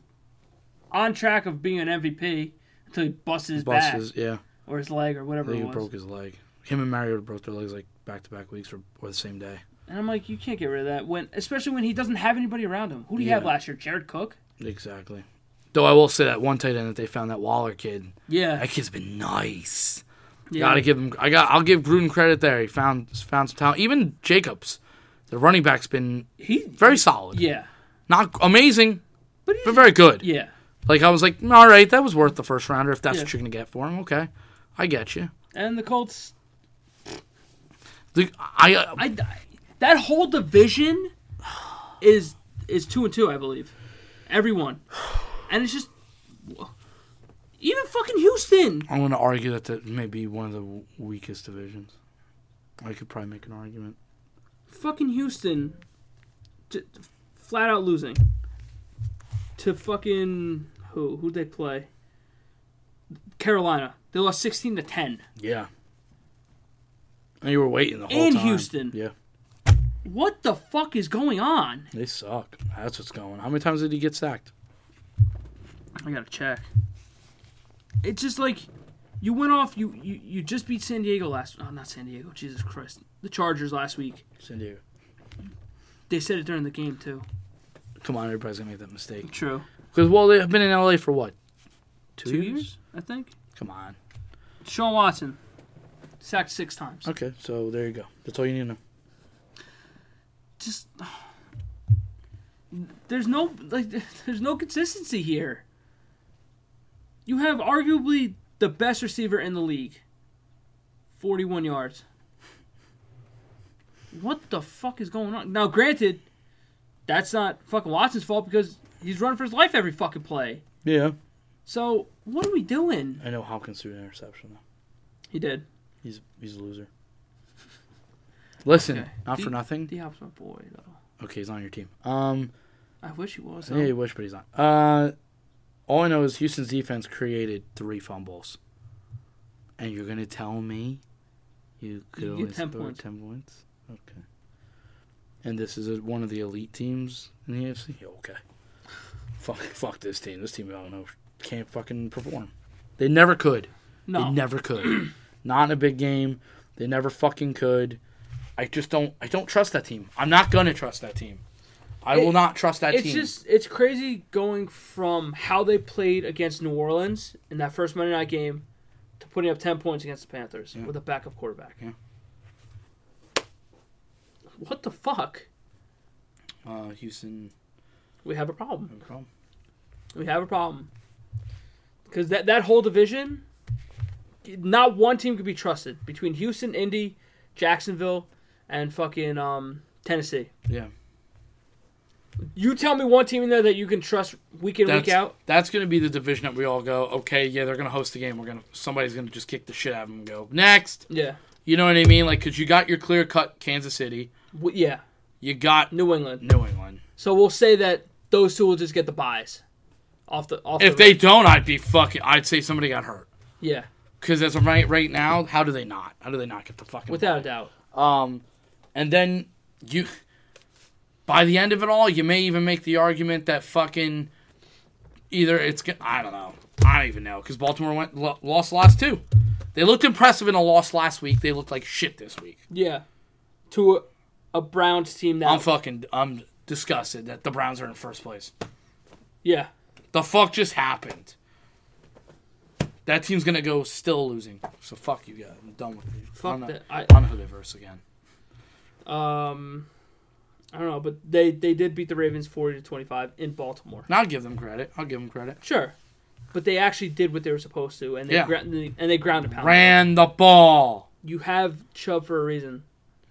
on track of being an MVP until he busts his
Buses,
back
yeah,
or his leg or
I
whatever
think
it
he
was.
broke his leg. Him and Mario broke their legs like back to back weeks or, or the same day.
And I'm like, you can't get rid of that when, especially when he doesn't have anybody around him. Who do you have
Yeah.
last year? Jared Cook.
Exactly. Though I will say that one tight end that they found that Waller kid,
Yeah.
that kid's been nice.
yeah.
Gotta give him. I got. I'll give Gruden credit there. He found found some talent. Even Jacobs, the running back's been
He.
very solid.
Yeah.
Not amazing,
But he,
but very good.
yeah.
Like I was like, "Mm, all right, that was worth the first rounder if that's
Yeah.
what you're gonna get for him. Okay, I get you.
And the Colts.
The, I, uh,
I, that whole division is is two and two, I believe. Everyone, and it's just even fucking Houston.
I'm gonna argue that that may be one of the w- weakest divisions. I could probably make an argument.
fucking Houston, j- flat out losing to fucking who? Who they play? Carolina. They lost sixteen to ten.
Yeah. And you were waiting the whole
In
time.
Houston.
Yeah,
What the fuck is going on?
they suck. That's what's going. on. How many times did he get sacked?
I gotta check. It's just like you went off. You you, you just beat San Diego last. Oh, not San Diego. Jesus Christ. The Chargers last week.
San Diego.
They said it during the game too.
Come on, everybody's gonna make that mistake.
True.
Because well, they've been in LA for what?
Two, years, I think.
Come on.
Sean Watson sacked six times.
Okay, so there you go. That's all you need to know.
just there's no like there's no consistency here. You have arguably the best receiver in the league. 41 yards. What the fuck is going on? Now granted, that's not fucking Watson's fault because he's running for his life every fucking play.
Yeah.
So, what are we doing?
I know Hopkins threw an interception though.
He did.
He's he's a loser. Listen,
Okay.
not
Do
for
you-
nothing.
D Hop's my boy though.
okay, he's on your team. Um,
I wish he was.
yeah,
though.
you wish, but he's not. Uh, all I know is Houston's defense created three fumbles, and you're gonna tell me you could
You get
only
10
score
points.
ten points? Okay. And this is a, one of the elite teams in the AFC. Yeah, okay. Fuck, fuck this team. This team, I don't know, can't fucking perform. They never could.
No.
They never could. not in a big game. They never fucking could. I just don't. I don't trust that team. I'm not gonna trust that team. I
It-
will not trust that
it's
team.
just it's crazy going from how they played against New Orleans in that first Monday night game to putting up ten points against the Panthers
Yeah.
with a backup quarterback.
Yeah.
What the fuck?
uh, Houston.
We have a problem.
no problem.
We have a problem. Because that that whole division, not one team could be trusted between Houston, Indy, Jacksonville, and fucking um, Tennessee.
Yeah.
You tell me one team in there that you can trust week in
That's,
week out.
that's going to be the division that we all go. Okay, yeah, they're going to host the game. We're going to somebody's going to just kick the shit out of them and go next.
Yeah,
You know what I mean? Like, cause you got your clear cut Kansas City,
w- yeah,
you got
New England.
New England.
So we'll say that those two will just get the buys off the off.
If
the
they don't, I'd be fucking. I'd say somebody got hurt.
yeah,
Because as of right right now, how do they not? How do they not get the fucking?
without a doubt.
Um, and then you, by the end of it all, you may even make the argument that fucking, either it's go- I don't know, I don't even know because Baltimore went lo- lost last two. They looked impressive in a loss last week. They looked like shit this week.
Yeah, to a, a Browns team now.
I'm fucking I'm disgusted that the Browns are in first place.
yeah,
The fuck just happened. That team's gonna go still losing. So fuck you guys. I'm done with you.
fuck
I'm not,
that. I,
I'm Hoodiverse again.
Um, I don't know, but they they did beat the Ravens forty to twenty five in Baltimore.
Now I'll give them credit. I'll give them credit.
Sure, but they actually did what they were supposed to, and they
Yeah.
yeah. and they ground a pound.
Ran the ball.
You have Chubb for a reason.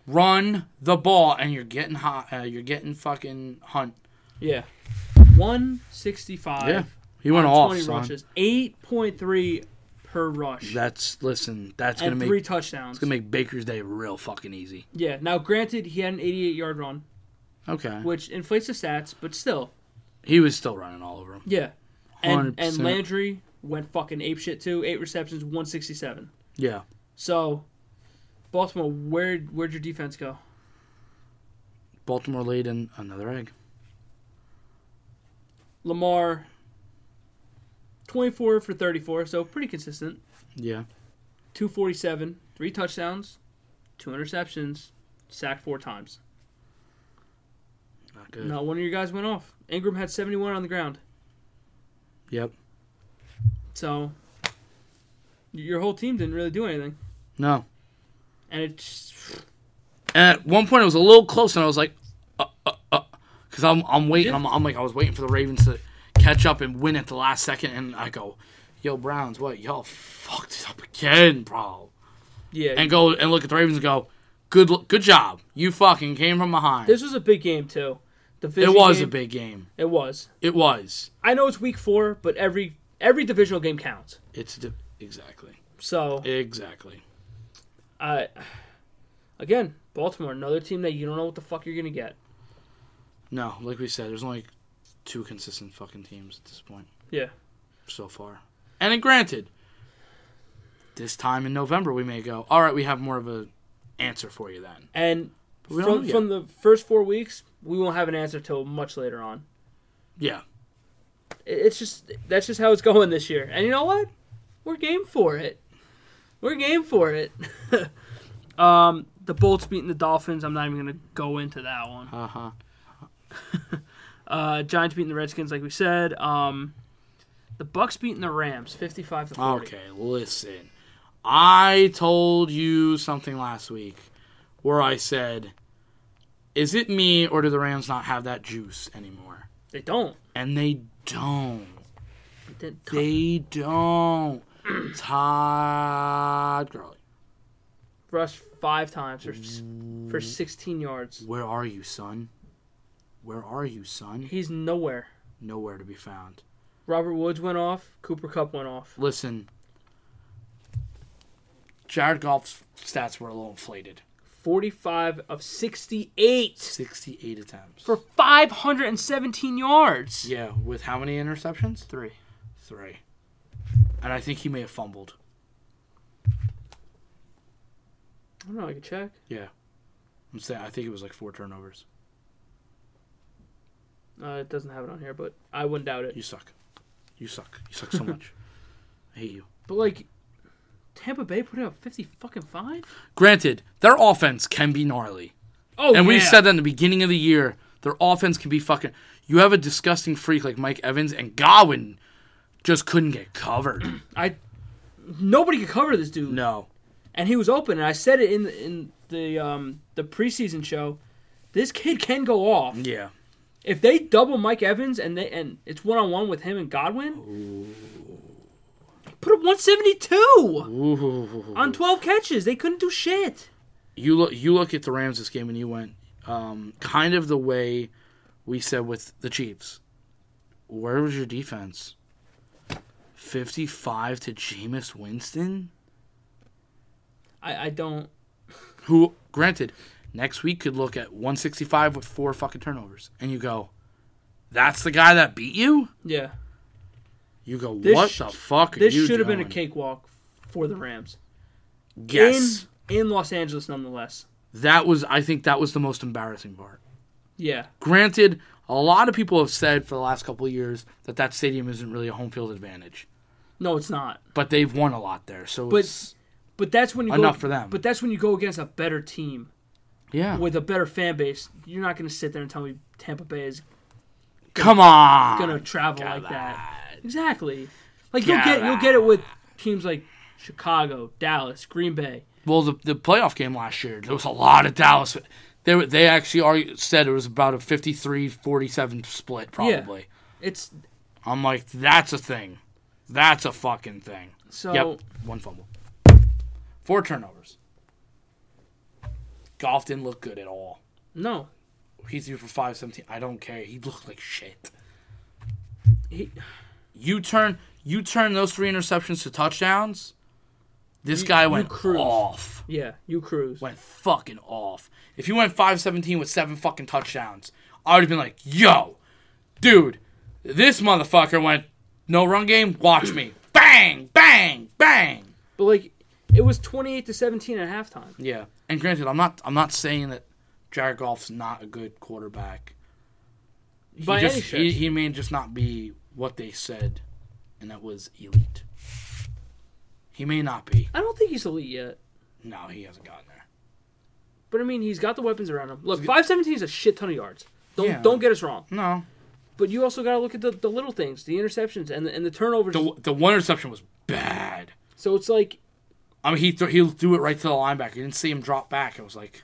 run the ball and you're getting hot uh, you're getting fucking hunt
Yeah, one sixty five.
Yeah, he went off.
Twenty
son.
rushes, eight point three per rush,
That's listen. That's gonna
and
make
three touchdowns.
gonna make Baker's day real fucking easy.
Yeah. Now, granted, he had an 88 yard run,
Okay.
which inflates the stats, but still,
He was still running all over him.
yeah. And and
100%.
Landry went fucking apeshit too. Eight receptions, 167.
Yeah.
So, Baltimore, where where'd your defense go?
Baltimore laid in another egg.
Lamar, 24 for 34, so pretty consistent.
Yeah.
247, three touchdowns, two interceptions, sacked four times.
Not good.
Not one of your guys went off. Ingram had 71 on the ground.
Yep.
So, your whole team didn't really do anything.
No.
And it's
And at one point it was a little close, and I was like, uh, because I'm I'm waiting. I'm, I'm like I was waiting for the Ravens to catch up and win at the last second, and I go, Yo Browns, what y'all fucked it up again, bro?
Yeah.
And go and look at the Ravens and go, Good l- good job. You fucking came from behind.
this was a big game too. The
it
division
was
game-
a big game.
It was.
It was.
I know it's week four, but every every divisional game counts.
It's di- exactly,
So
exactly.
I again, Baltimore, another team that you don't know what the fuck you're gonna get.
No, like we said, there's only two consistent fucking teams at this point
Yeah.
so far. And then granted, this time in November we may go, all right, we have more of a answer for you then.
And
We don't
from,
know yet.
from the first four weeks, we won't have an answer till much later on.
Yeah,
It- It's just that's just how it's going this year. And you know what? We're game for it. We're game for it. um, the Bolts beating the Dolphins. I'm not even gonna go into that one.
uh huh.
Uh, Giants beating the Redskins, like we said. Um, the Bucks beating the Rams, fifty-five to
Oh,
forty.
Okay, listen. I told you something last week where I said
Is it me or do the Rams not have that juice anymore?
They don't.
And they don't.
They-
They don't. Todd Gurley,
rushed five times for s- for 16 yards.
where are you, son? Where are you, son?
He's nowhere.
Nowhere to be found.
Robert Woods went off. Cooper Cup went off.
Listen, Jared Goff's stats were a little inflated.
45 of 68
68 attempts.
for 517 yards.
yeah, with how many interceptions?
Three.
Three. And I think he may have fumbled.
I don't know. I could check.
I'm saying I think it was like four turnovers.
Uh, it doesn't have it on here, but I wouldn't doubt it.
You suck. You suck. You suck so much. I hate you.
But like, Tampa Bay put up 50 fucking five.
Granted, their offense can be gnarly.
Oh,
And
yeah.
we've said that in the beginning of the year, their offense can be fucking. You have a disgusting freak like Mike Evans, and Godwin just couldn't get covered.
I nobody could cover this dude,
no.
and he was open. And I said it in the, in the um the preseason show. This kid can go off.
Yeah.
If they double Mike Evans and they and it's one on one with him and Godwin, put up 172
Ooh.
on 12 catches. They couldn't do shit.
You look. You look at the Rams this game, and you went um, kind of the way we said with the Chiefs. Where was your defense? Fifty-five to Jameis Winston.
I, I don't.
who granted next week could look at 165 with four fucking turnovers and you go that's the guy that beat you
Yeah,
you go
This
what
sh-
the fuck are
this
you
should have been a
doing?"
cakewalk for the Rams.
yes
in, in Los Angeles, nonetheless.
that was i think that was the most embarrassing part
Yeah,
granted a lot of people have said for the last couple of years that that stadium isn't really a home field advantage
no, it's not.
but they've won a lot there so
But
it's
but that's when you
Enough
go,
for them.
But that's when you go against a better team
yeah
with a better fan base. You're not going to sit there and tell me Tampa Bay is
come on
going to travel like that. Exactly. Like you'll
Got
get you'll get it with teams like Chicago, Dallas, Green Bay.
Well, the the playoff game last year, there was a lot of Dallas. They were- they actually argue, said it was about a 53-47 split probably.
It's
I'm like, that's a thing. That's a fucking thing.
so
Yep, one fumble, four turnovers. Golf didn't look good at all.
no.
He's due for five seventeen. I don't care. He looked like shit.
He,
You turn you turn those three interceptions to touchdowns. This guy went
cruise.
off.
yeah, you cruise.
went fucking off. If you went 517 with seven fucking touchdowns, I would have been like, yo, dude, this motherfucker went no run game, watch me. Bang, bang, bang.
But like it was 28 to 17 at halftime.
Yeah. And granted, I'm not I'm not saying that Jared Goff's not a good quarterback. He
By
just-
any stretch.
he, he may just not be what they said and that was elite. He may not be.
I don't think he's elite yet.
No, he hasn't gotten there.
But I mean, he's got the weapons around him. Look, 517 is a shit ton of yards. Don't
Yeah.
don't get us wrong.
No.
But you also got to look at the, the little things, the interceptions and the, and the turnovers.
The the one interception was bad.
so it's like
I mean, he th- he threw it right to the linebacker. You didn't see him drop back. It was like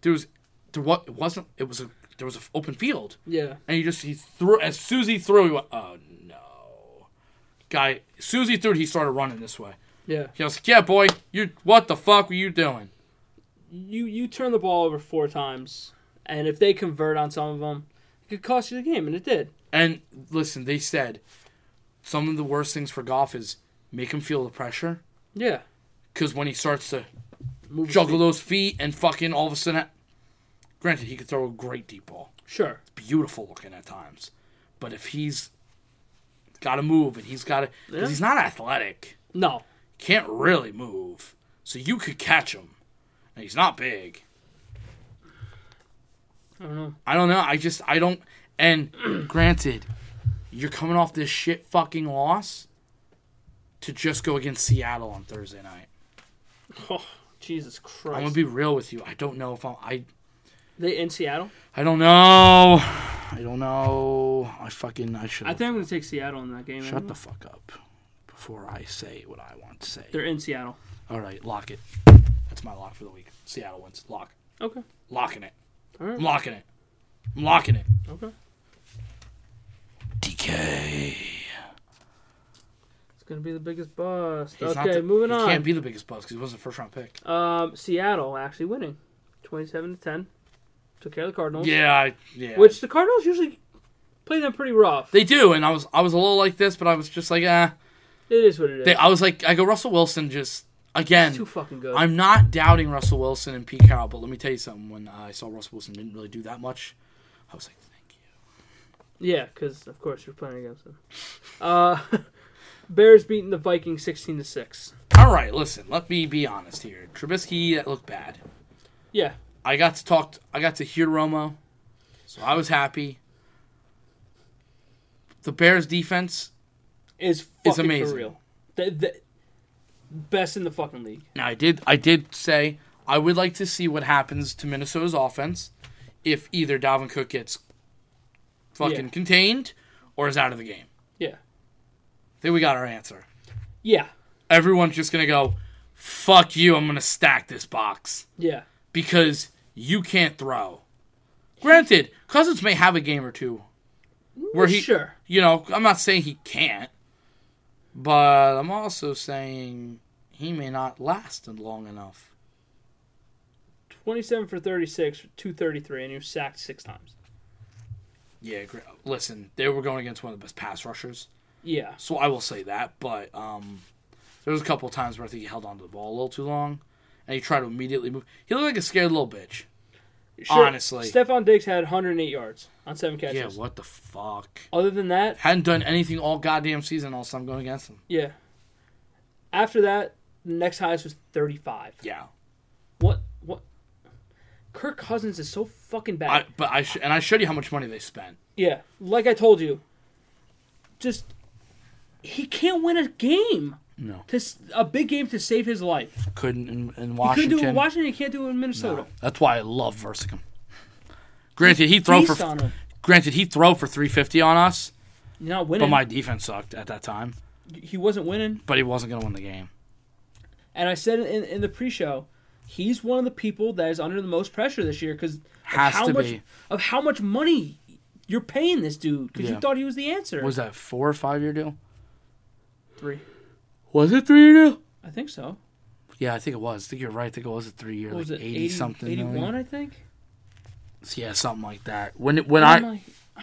there was there what it wasn't. It was a there was an open field,
yeah.
and he just he threw as Susie threw. He went, oh no, guy. Susie threw. it, He started running this way.
Yeah.
He was like, yeah, boy, you what the fuck were you doing?
You you turn the ball over four times and if they convert on some of them, it could cost you the game and it did.
And listen, they said some of the worst things for golf is make him feel the pressure
Yeah.
because when he starts to
Move his
juggle
feet.
those feet and fucking all of a sudden, granted, he could throw a great deep ball.
Sure.
beautiful looking at times. But if he's got to move and he's got to,
Yeah.
because he's not athletic,
No.
can't really move. So you could catch him, and he's not big.
I don't know.
I don't know. I just I don't. And granted, you're coming off this shit fucking loss to just go against Seattle on Thursday night.
Oh, Jesus Christ.
I'm gonna be real with you. I don't know if I'm. I
they in Seattle?
I don't know. I don't know. I fucking I should.
I think I'm going to take Seattle in that game.
shut the fuck up before I say what I want to say.
They're in Seattle.
All right, lock it. That's my lock for the week. Seattle wins. Lock.
Okay.
Locking it.
All right.
I'm locking it. I'm locking it.
Okay.
DK.
It's gonna be the biggest bust.
He's not
okay,
the-
moving
he
on.
Can't be the biggest bust because he wasn't a first round pick.
Um, Seattle actually winning, twenty-seven to ten. Took care of the Cardinals.
Yeah, I, yeah.
Which the Cardinals usually play them pretty rough.
they do, and I was I was a little like this, but I was just like, ah.
it is what it is.
They, I was like, I go Russell Wilson just
It's too
again.
fucking good.
I'm not doubting Russell Wilson and Pete Carroll, but let me tell you something. When I saw Russell Wilson didn't really do that much, I was like, thank you.
yeah, because of course you're playing against them. Uh, Bears beating the Vikings sixteen to six.
All right, listen. Let me be honest here. Trubisky that looked bad.
Yeah,
I got to talk. I got to hear Romo, so I was happy. The Bears defense
is fucking
It's amazing.
for real. The, the best in the fucking league.
Now I did I did say I would like to see what happens to Minnesota's offense if either Dalvin Cook gets fucking
Yeah.
contained or is out of the game.
Yeah,
I think we got our answer.
yeah,
Everyone's just gonna go, fuck you, I'm gonna stack this box.
yeah.
Because you can't throw. Granted, Cousins may have a game or two. Where he
sure.
you know, I'm not saying he can't, but I'm also saying he may not last long enough.
Twenty-seven for thirty-six, for two thirty-three, and he was sacked six times.
Yeah, gr- listen, they were going against one of the best pass rushers,
Yeah,
so I will say that. But um, there was a couple times where I think he held onto the ball a little too long, and he tried to immediately move. He looked like a scared little bitch. Honestly.
Stephon Diggs had 108 yards on seven catches.
Yeah, what the fuck?
Other than that,
Hadn't done anything all goddamn season. Also, I'm going against him.
yeah. After that, the next highest was 35.
Yeah,
What? What? Kirk Cousins is so fucking bad.
I, but I sh- and I showed you how much money they spent.
yeah, like I told you, just he can't win a game.
No,
To, s- a big game to save his life.
couldn't in, in
He couldn't
Washington.
do it in Washington. He can't do it in Minnesota.
No. That's why I love Versicum. Granted, he throw
Feast
for
on him.
granted he throw for 350 on us,
You're not
but
winning.
my defense sucked at that time.
he wasn't winning.
But he wasn't gonna win the game.
And I said in, in the pre-show, he's one of the people that is under the most pressure this year because
Has
how
to
much
be.
of how much money you're paying this dude because you
Yeah.
thought he was the answer.
was that four or five year deal?
three?
Was it three year deal?
I think so.
Yeah, I think it was. I think you're right. I think it was a three year,
What
like
was it?
eighty, something, million.
eighty-one, I think.
Yeah, something like that. When it, when
And
I
I'm like,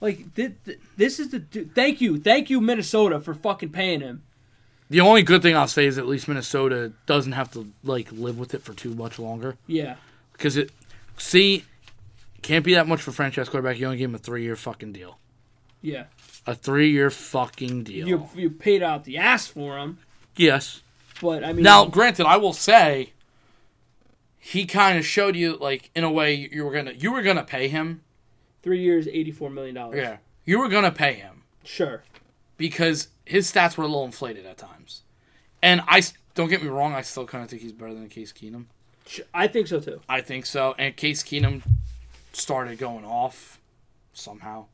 like thi- thi- this is the dude. Thank you, thank you, Minnesota, for fucking paying him.
the only good thing I'll say is at least Minnesota doesn't have to like live with it for too much longer
Yeah,
because it see can't be that much for franchise quarterback. You only gave him a three year fucking deal,
yeah.
a three year fucking deal.
You you paid out the ass for him,
yes.
but I mean,
Now, granted, I will say he kind of showed you like in a way you were gonna you were gonna pay him.
three years, eighty-four million dollars.
Yeah, you were gonna pay him.
sure.
because his stats were a little inflated at times. And I s- don't get me wrong, I still kind of think he's better than Case Keenum.
Sh- I think so too.
I think so. And Case Keenum started going off somehow.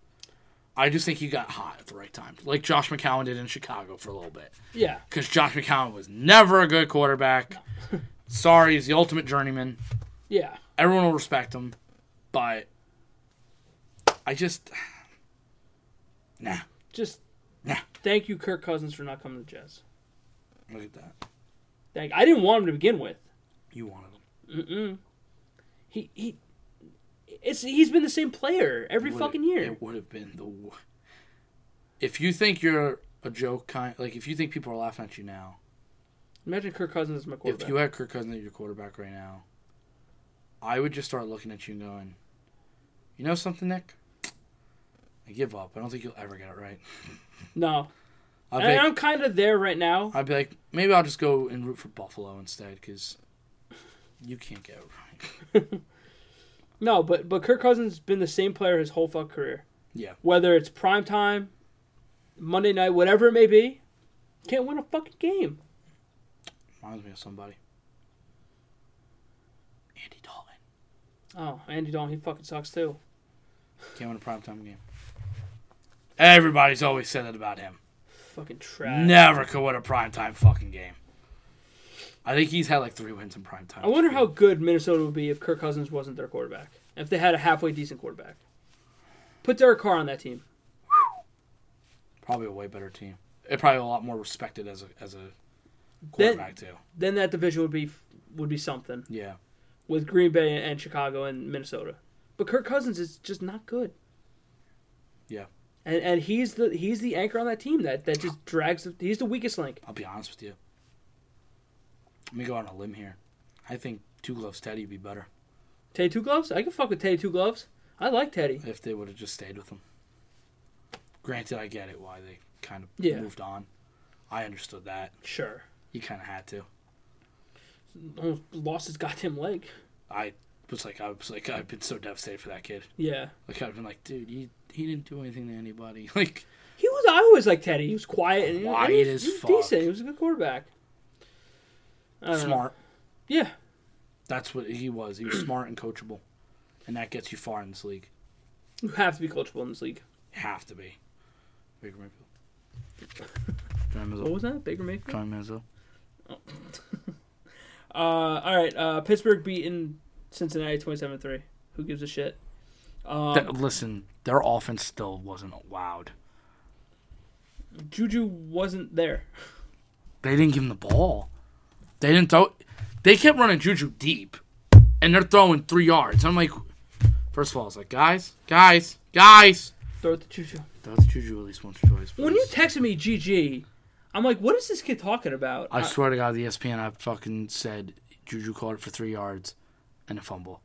I just think he got hot at the right time, like Josh McCown did in Chicago for a little bit.
Yeah,
Because Josh McCown was never a good quarterback. Sorry, he's the ultimate journeyman.
yeah.
Everyone will respect him, but I just nah.
Just
Nah.
thank you, Kirk Cousins, for not coming to Jets.
Look at that.
Thank. I didn't want him to begin with.
You wanted him.
He he. It's he's been the same player every
would-
fucking year.
It would have been the. wo- If you think you're a joke kind, like if you think people are laughing at you now,
Imagine Kirk Cousins as my
if
quarterback.
you had Kirk Cousins as your quarterback right now, I would just start looking at you and going, you know something, Nick? I give up. I don't think you'll ever get it right.
no,
I'd be,
and
like,
I'm kind of there right now.
I'd be like, maybe I'll just go and root for Buffalo instead because you can't get it right.
No, but but Kirk Cousins has been the same player his whole fuck career.
Yeah.
Whether it's prime time, Monday night, whatever it may be, can't win a fucking game.
Reminds me of somebody. Andy Dalton.
Oh, Andy Dalton, he fucking sucks too.
Can't win a primetime game. Everybody's always said that about him.
Fucking trash.
Never could win a primetime fucking game. I think he's had like three wins in prime time.
I wonder how good Minnesota would be if Kirk Cousins wasn't their quarterback. If they had a halfway decent quarterback. Put Derek Carr on that team.
probably a way better team. It probably a lot more respected as a as a
Then-
quarterback too.
Then that division would be would be something
Yeah,
with Green Bay and Chicago and Minnesota. But Kirk Cousins is just not good.
Yeah.
And and he's the he's the anchor on that team that that just drags the, he's the weakest link.
I'll be honest with you. Let me go on a limb here. I think two gloves Teddy would be better
Teddy Two Gloves? I can fuck with Teddy Two Gloves. I like Teddy.
if they would have just stayed with him. Granted, I get it why they kind of
Yeah.
moved on. I understood that.
Sure.
You kind of had to.
Almost lost his goddamn leg.
I was like, I was like, I've been so devastated for that kid.
Yeah.
Like I've been like, dude, he he didn't do anything to anybody. Like
He was I always like Teddy. He was quiet and
Quiet
and he was,
as
he was
fuck.
decent. He was a good quarterback. I don't know.
smart.
Uh, Yeah.
That's what he was. He was smart and coachable, and that gets you far in this league.
You have to be coachable in this league.
Have to be. Baker Mayfield. John
What
Manziel.
was that? Baker Mayfield?
John Manziel.
Uh, all right. Uh, Pittsburgh beating Cincinnati 27 3. Who gives a shit? Um,
That- listen, their offense still wasn't wowed.
Juju wasn't there.
They didn't give him the ball. They didn't throw. They kept running Juju deep, and they're throwing three yards. I'm like, first of all, I was like, guys, guys, guys.
Throw it to Juju.
That's Juju at least once or twice.
When you
please.
texted me GG, I'm like, what is this kid talking about?
I swear to God, the E ESPN, I fucking said Juju caught it for three yards and a fumble,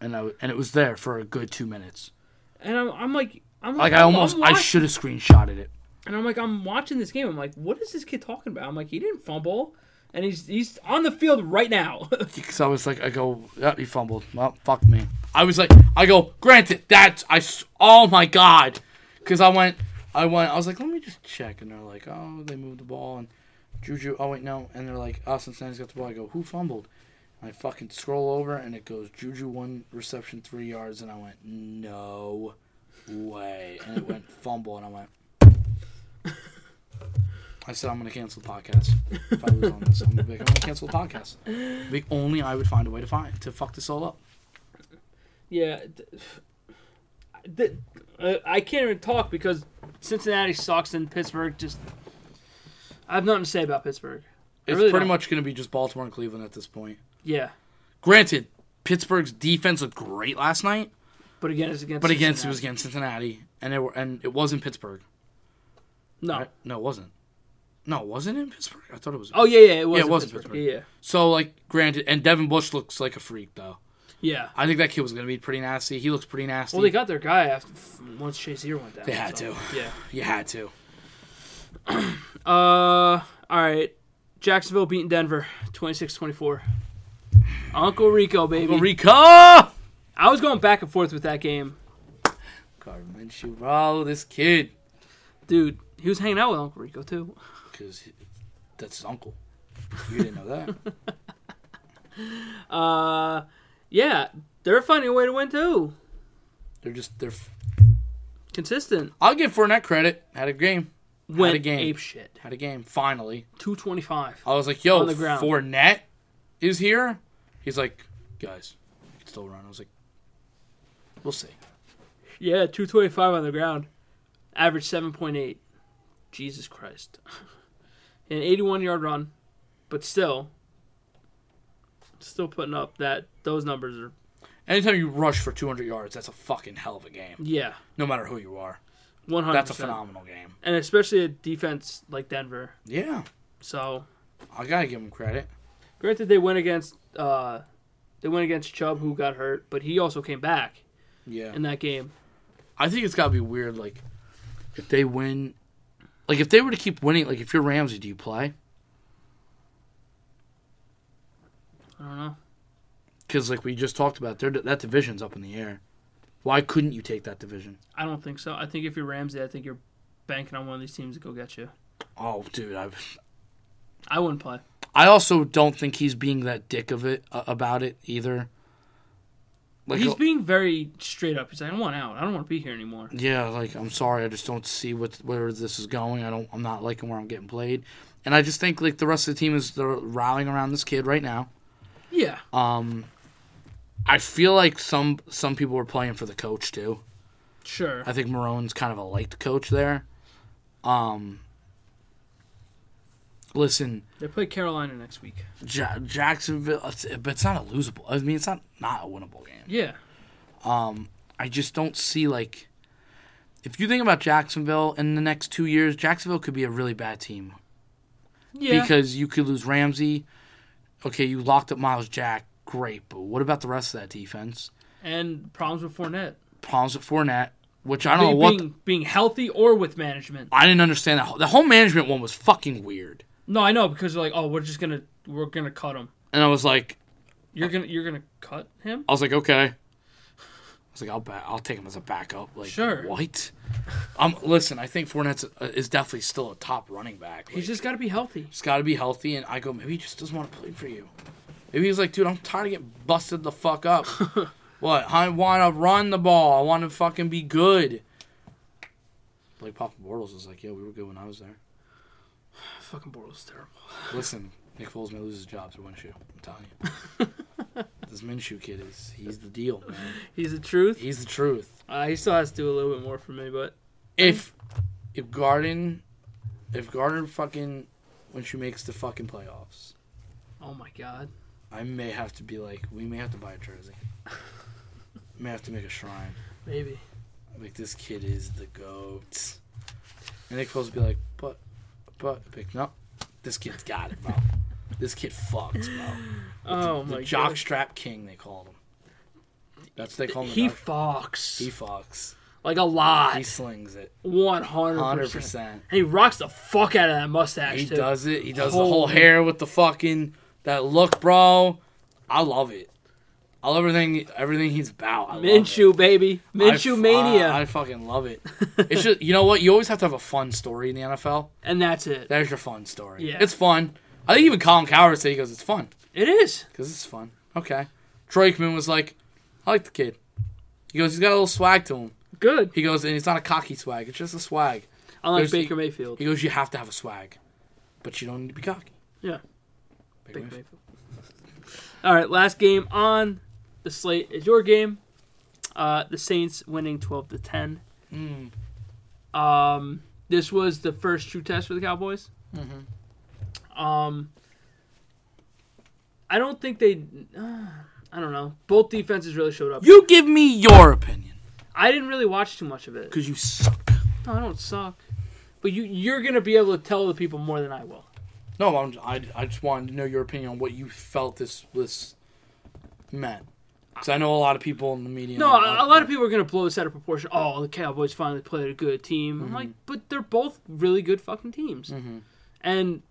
and I and it was there for a good two minutes.
and I'm, I'm like, I'm
Like
like,
I
I'm-
almost,
I'm
I
watch-
should have screenshotted it.
and I'm like, I'm watching this game. I'm like, what is this kid talking about? I'm like, he didn't fumble, and he's he's on the field right now.
Because I was like, I go, yeah, he fumbled. Well, fuck me. I was like, I go, granted, that's, I, s- oh my God. Because I went, I went, I was like, let me just check. And they're like, oh, they moved the ball. And Juju, oh, wait, no. And they're like, oh, Cincinnati's got the ball. I go, who fumbled? And I fucking scroll over and it goes, Juju, one reception, three yards. And I went, no way. And it went, fumble. And I went, I said, I'm going to cancel the podcast. If I lose on this, I'm going to be like, I'm going to cancel the podcast. The only I would find a way to find to fuck this all up.
yeah, th- th- uh, I can't even talk because Cincinnati sucks and Pittsburgh just. I have nothing to say about Pittsburgh.
It's
really
pretty
don't.
much going to be just Baltimore and Cleveland at this point.
Yeah,
Granted, Pittsburgh's defense looked great last night,
but again, it's against.
but against it was
Cincinnati.
against Cincinnati, and it were and it was in Pittsburgh.
no.
right? No, it wasn't. No, it wasn't in Pittsburgh. I thought it was.
Oh yeah, yeah, it was.
Yeah, it
in
was in
Pittsburgh.
Pittsburgh.
Yeah,
So like, granted, and Devin Bush looks like a freak though.
yeah. yeah.
I think that kid was going to be pretty nasty. He looks pretty nasty.
Well, they got their guy after f- once Shazier went down.
They had
so,
to.
Yeah.
you had to.
Uh, all right. Jacksonville beating Denver 26-24. Uncle Rico, baby.
Rico.
I was going back and forth with that game.
Gardner Minshew, bro, this kid,
Dude, he was hanging out with Uncle Rico, too.
because that's his uncle. You didn't know that.
Uh, yeah, they're finding a way to win, too.
They're just they're. f-
Consistent.
I'll give Fournette credit. Had a game.
Went
a game.
ape shit.
Had a game. Finally,
225.
I was like, "Yo,
On the ground.
Fournette is here." He's like, "Guys, I can still run." I was like, "We'll see."
Yeah, 225 on the ground. Average 7.8. Jesus Christ. An 81 yard run, but still, still putting up that those numbers are
Anytime you rush for 200 yards, that's a fucking hell of a game.
yeah,
No matter who you are,
100.
that's a phenomenal game.
And especially a defense like Denver.
Yeah,
So,
I gotta give him credit.
granted they went against uh they went against Chubb who got hurt, but he also came back
Yeah,
in that game.
I think it's gotta be weird. Like, if they win, like if they were to keep winning, like if you're Ramsey, do you play?
I don't know.
Because like we just talked about, their that division's up in the air. Why couldn't you take that division?
I don't think so. I think if you're Ramsey, I think you're banking on one of these teams to go get you.
Oh, dude, I
I wouldn't play.
I also don't think he's being that dick of it uh, about it either. Like,
he's
uh,
being very straight up. He's like, I want out. I don't want to be here anymore.
yeah, like I'm sorry, I just don't see what where this is going. I don't, I'm not liking where I'm getting played. And I just think like the rest of the team is they're rallying around this kid right now.
Yeah.
Um, I feel like some some people were playing for the coach too.
sure.
I think Marone's kind of a liked coach there. Um, listen,
They play Carolina next week.
ja- Jacksonville, it's- but it's not a losable. I mean, it's not not a winnable game.
Yeah.
I just don't see like if you think about Jacksonville in the next two years, Jacksonville could be a really bad team
Yeah.
because you could lose Ramsey. Okay, you locked up Miles Jack, great, but what about the rest of that defense?
and problems with Fournette.
Problems at Fournette, which I don't know Oh,
Being,
what.
being, being healthy or with management.
I didn't understand that. The whole management one was fucking weird,
No, I know because they're like, oh, we're just gonna we're gonna cut him.
and I was like,
You're gonna you're gonna cut him.
I was like, okay. I was like, I'll ba- I'll take him as a backup. Like,
Sure.
What? Um, listen, I think Fournette is definitely still a top running back. Like,
He's just got to be healthy.
He's got to be healthy. And I go, maybe he just doesn't want to play for you. Maybe he's like, dude, I'm tired of getting busted the fuck up. what? I want to run the ball. I want to fucking be good. Like Papa Bortles was like, yeah, we were good when I was there.
Fucking Bortles terrible.
Listen, Nick Foles may lose his job to Minshew. I'm telling you. this Minshew kid is, he's the deal, man.
He's the truth.
He's the truth.
Uh, he still has to do a little bit more for me, but
If, if Garden, if Garden fucking, when she makes the fucking playoffs,
oh my god,
I may have to be like, we may have to buy a jersey. may have to make a shrine.
maybe.
Like this kid is the goat. And Nick Foles would be like, but, but, pick no, this kid's got it, bro. this kid fucks, bro.
Oh
The
my
jock strap king they called him. That's what they call
god.
him.
He
He,
fox
he fucks.
like a
He
lot.
slings it,
One hundred
hundred
percent.
percent.
And he rocks the fuck out of that mustache
He
too.
does it. He does the whole
Holy-
hair with the fucking that look, bro. I love it. I love everything. Everything he's about. I love it.
Minshew baby, Minshew
I f-
mania,
I, I fucking love it. It's just you know what? You always have to have a fun story in the NFL.
and that's it.
There's your fun story.
Yeah.
It's fun. I think even Colin Coward said he goes, "It's fun
It is.
because it's fun." Okay. Troikman was like, "I like the kid." He goes, "He's got a little swag to him."
Good.
He goes, "And it's not a cocky swag. It's just a swag."
Unlike
There's-
Baker Mayfield.
He goes, "You have to have a swag, but you don't need to be cocky."
Yeah.
Big
Baker
win.
Mayfield. All right, last game on the slate is your game. Uh, the Saints winning twelve to ten.
Mm.
Um, this was the first true test for the Cowboys.
Mm-hmm.
Um, I don't think they. Uh, I don't know. Both defenses really showed up.
You give me your opinion
I didn't really watch too much of it.
because you suck.
No, Oh, I don't suck. But you, you're gonna be able to tell the people more than I will.
No, I'm, I, I just wanted to know your opinion on what you felt this this meant. Because I know a lot of people in the media.
No, a, a lot of people are going to blow this out of proportion. Oh, the Cowboys finally played a good team. I'm like, but they're both really good fucking teams. And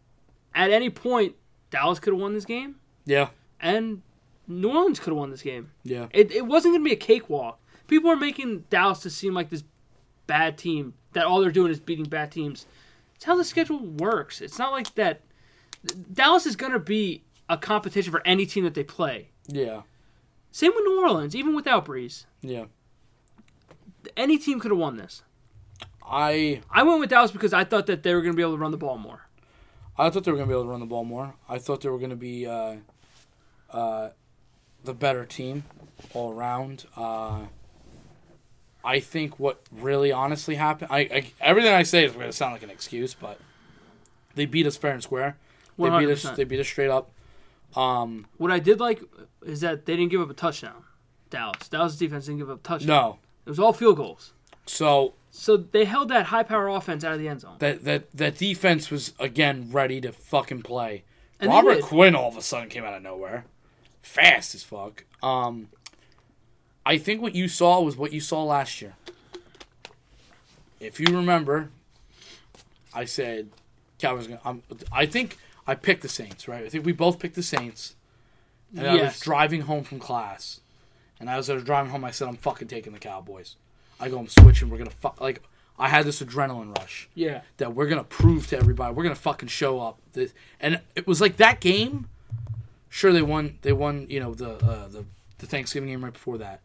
at any point, Dallas could have won this game,
Yeah,
and New Orleans could have won this game.
yeah.
It, it wasn't going to be a cakewalk. People are making Dallas to seem like this bad team that all they're doing is beating bad teams. It's how the schedule works. It's not like that. Dallas is going to be a competition for any team that they play.
Yeah,
Same with New Orleans, even without Breeze.
yeah.
Any team could have won this.
I
I went with Dallas because I thought that they were going to be able to run the ball more.
I thought they were gonna be able to run the ball more. I thought they were gonna be uh, uh, the better team all around. Uh, I think what really honestly happened. I, I everything I say is gonna sound like an excuse, but they beat us fair and square. They beat us.
100%.
They beat us straight up. Um,
What I did like is that they didn't give up a touchdown. Dallas, Dallas defense didn't give up a touchdown.
no,
It was all field goals.
so
So they held that high power offense out of the end zone.
that that that defense was again ready to fucking play.
And they
Robert
did.
Quinn all of a sudden came out of nowhere, fast as fuck. Um, I think what you saw was what you saw last year. If you remember, I said Calvin's gonna. I'm, I think I picked the Saints, right? I think we both picked the Saints. And I was
Yes.
driving home from class, and as I was driving home, I said, "I'm fucking taking the Cowboys." I go, "I'm switching. We're gonna fuck." Like I had this adrenaline rush
Yeah.
that we're gonna prove to everybody we're gonna fucking show up. This- And it was like that game. Sure, they won. They won. You know the uh, the the Thanksgiving game right before that,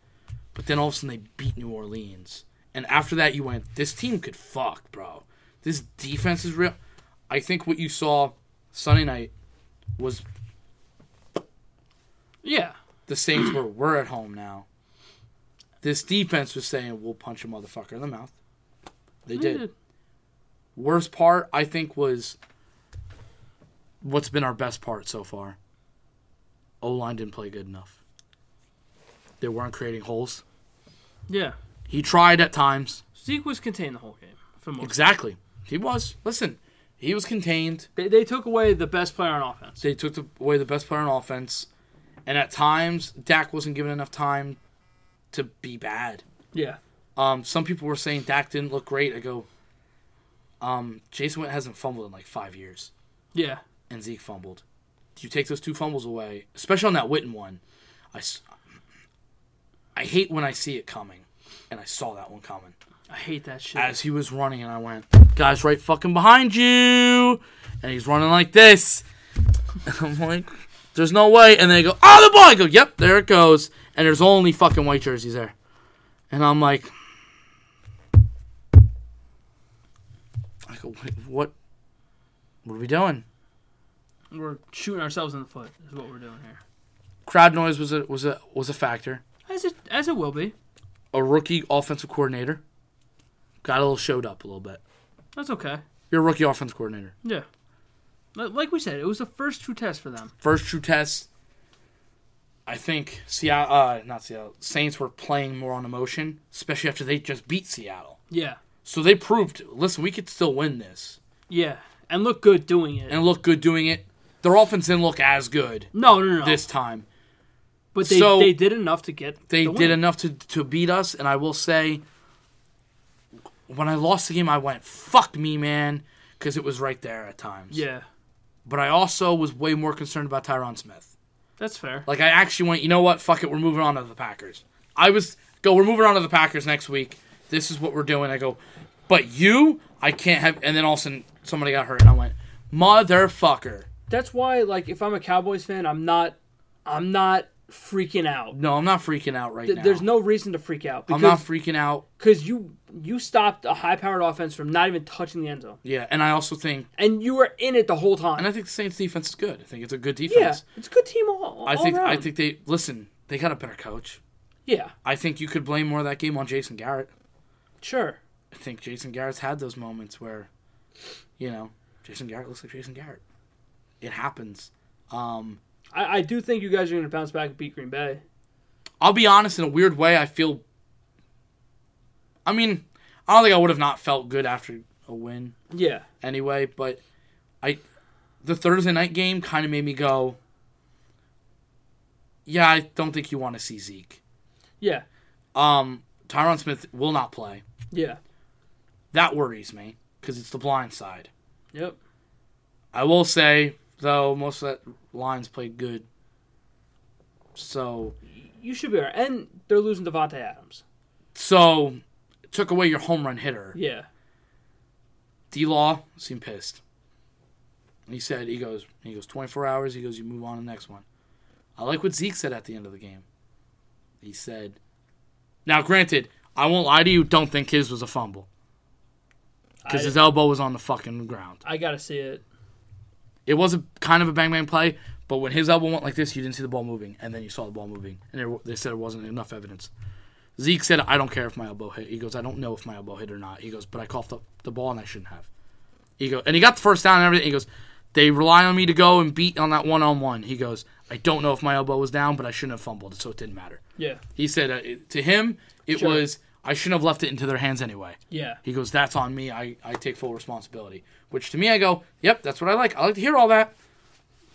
but then all of a sudden they beat New Orleans. And after that, you went. This team could fuck, bro. This defense is real. I think what you saw Sunday night was
Yeah.
the Saints were we're at home now. This defense was saying we'll punch a motherfucker in the mouth. They did. Worst part I think was what's been our best part so far. O line didn't play good enough. They weren't creating holes.
Yeah.
He tried at times.
Zeke was contained the whole game. For most.
Exactly. He was. Listen, he was contained.
They, they took away the best player on offense.
They took the- away the best player on offense. And at times, Dak wasn't given enough time to be bad.
Yeah.
Um, some people were saying Dak didn't look great. I go, um, Jason Witt hasn't fumbled in like five years,
Yeah.
and Zeke fumbled. You take those two fumbles away, especially on that Witten one. I, s- I hate when I see it coming, and I saw that one coming
I hate that shit.
as he was running, and I went, "Guys, right fucking behind you!" And he's running like this. And I'm like, "There's no way!" And they go, "Oh, the ball!" I go, "Yep, there it goes." And there's only fucking white jerseys there, and I'm like, "I go, "Wait, what? What are we doing?"
we're shooting ourselves in the foot is what we're doing here.
Crowd noise was a was a was a factor.
As it as it will be.
A rookie offensive coordinator got a little showed up a little bit.
That's okay.
You're a rookie offensive coordinator.
Yeah. Li- Like we said, it was the first true test for them.
first true test. I think Seattle, uh, not Seattle, Saints were playing more on emotion, especially after they just beat Seattle.
Yeah.
So they proved, listen, we could still win this
Yeah. And look good doing it.
and look good doing it. Their offense didn't look as good
no, no, no.
this time.
but they,
so-
they did enough to get
They
the win.
did enough to to beat us, and I will say, when I lost the game, I went "fuck me, man," because it was right there at times.
Yeah.
But I also was way more concerned about Tyron Smith.
That's fair.
Like I actually went, you know what? Fuck it, we're moving on to the Packers. I was go, we're moving on to the Packers next week. This is what we're doing. I go, but you, I can't have. And then all of a sudden, somebody got hurt, and I went, motherfucker.
That's why like if I'm a Cowboys fan, I'm not I'm not freaking out.
No, I'm not freaking out right
Th-
now.
There's no reason to freak out
I'm not
because
freaking out.
because you you stopped a high powered offense from not even touching the end zone,
Yeah, and I also think,
and you were in it the whole time.
and I think the Saints defense is good. I think it's a good
yeah,
defense.
it's a good team all, all
I think
around.
I think they listen. They got a better coach.
yeah,
I think you could blame more of that game on Jason Garrett.
sure.
I think Jason Garrett's had those moments where, you know, Jason Garrett looks like Jason Garrett. It happens. Um,
I, I do think you guys are going to bounce back and beat Green Bay.
I'll be honest, in a weird way, I feel. I mean, I don't think I would have not felt good after a win
Yeah,
anyway, but I. The Thursday night game kind of made me go, yeah, I don't think you want to see Zeke.
yeah,
Um, Tyron Smith will not play.
yeah.
That worries me because it's the blind side.
Yep.
I will say though, most of that lines played good. So
You should be all right. And they're losing Devontae Adams.
so took away your home run hitter.
Yeah.
D Law seemed pissed. He said he goes he goes twenty four hours, he goes, you move on to the next one. I like what Zeke said at the end of the game. He said Now granted, I won't lie to you, don't think his was a fumble. Because
I-
his elbow was on the fucking ground.
I got to see it.
It was a kind of a bang bang play, but when his elbow went like this, you didn't see the ball moving, and then you saw the ball moving, and there, they said there wasn't enough evidence. Zeke said, "I don't care if my elbow hit." He goes, "I don't know if my elbow hit or not." He goes, "But I coughed up the ball and I shouldn't have." He goes, and he got the first down and everything. He goes, "They rely on me to go and beat on that one on one." He goes, "I don't know if my elbow was down, but I shouldn't have fumbled, so it didn't matter."
Yeah.
He said uh, it- to him, "It
Sure.
was I shouldn't have left it into their hands anyway."
Yeah.
He goes, That's on me. I, I take full responsibility. Which to me, I go, Yep, that's what I like. I like to hear all that.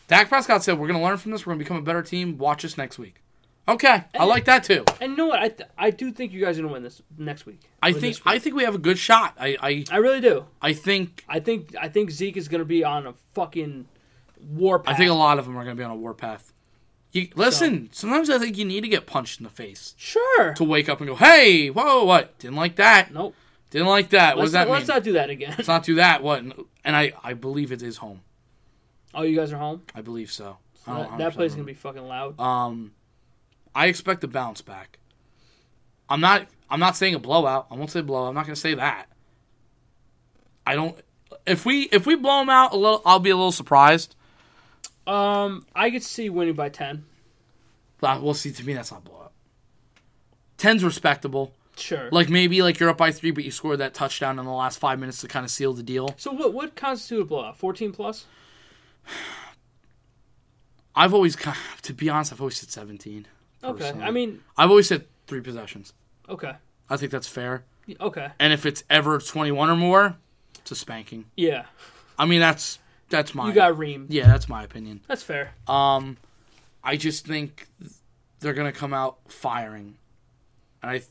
Dak Prescott said, We're going to learn from this. We're going to become a better team. Watch us next week. Okay, I like that too.
And you know what? I, th- I do think you guys are going to win this next week.
I
Or
think
this week.
I think we have a good shot. I I,
I really do.
I think
I think I think Zeke is going to be on a fucking war path.
I think a lot of them are going to be on a warpath. You listen. Sometimes I think you need to get punched in the face
sure.
to wake up and go, "Hey, whoa, what? Didn't like that.
Nope.
Didn't like that. What
Let's,
does that
let's
mean?
not do that again.
Let's not do that. What?" And I I believe it is home.
Oh, you guys are home.
I believe Oh, so. I don't
That, that
100%
place is
remember.
gonna be fucking loud.
Um, I expect a bounce back. I'm not. I'm not saying a blowout. I won't say blowout. I'm not going to say that. I don't. If we if we blow them out a little, I'll be a little surprised.
Um, I could see winning by ten.
But we'll see. To me, that's not blowout. Ten's respectable.
Sure.
Like maybe like you're up by three, but you scored that touchdown in the last five minutes to kind of seal the deal.
so what what constitutes a blowout? Fourteen plus.
I've always, ki- to be honest, I've always said 17.
Okay.
Personally.
I mean,
I've always said three possessions.
okay,
I think that's fair.
Y- okay,
And if it's ever 21 or more, it's a spanking.
yeah.
I mean, that's that's my
You got reamed.
yeah, that's my opinion.
That's fair.
Um, I just think they're gonna come out firing, and I th-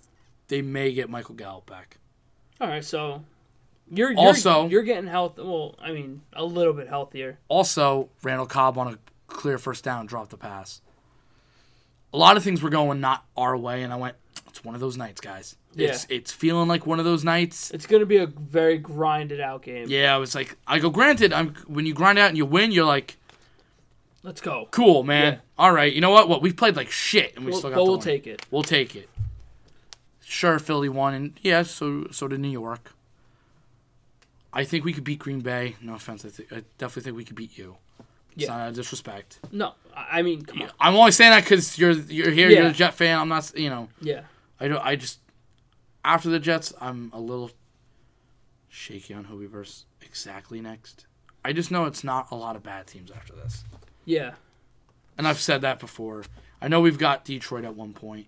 they may get Michael Gallup back.
All right, so you're, you're
Also-
you're getting health. Well, I mean, a little bit healthier.
Also, Randall Cobb on a clear first down dropped the pass. A lot of things were going not our way, and I went, "It's one of those nights, guys. It's it's feeling like one of those nights."
It's gonna be a very grinded out game.
Yeah, I was like, I go, granted, I'm when you grind out and you win, you're like,
Let's go.
cool, man.
Yeah.
All right, you know what? What we played like shit, and we
We'll,
still got
but
the
we'll
win.
take it.
We'll take it. Sure, Philly won, and yeah, so so did New York. I think we could beat Green Bay. No offense, I, th- I definitely think we could beat you. It's
Yeah.
not a disrespect.
No, I I mean, come on.
I'm only saying that because you're you're here. You're
Yeah.
a Jet fan. I'm not. s- You know,
Yeah.
I don't. I just after the Jets, I'm a little shaky on who we verse exactly next. I just know it's not a lot of bad teams after this.
Yeah.
and I've said that before. I know we've got Detroit at one point.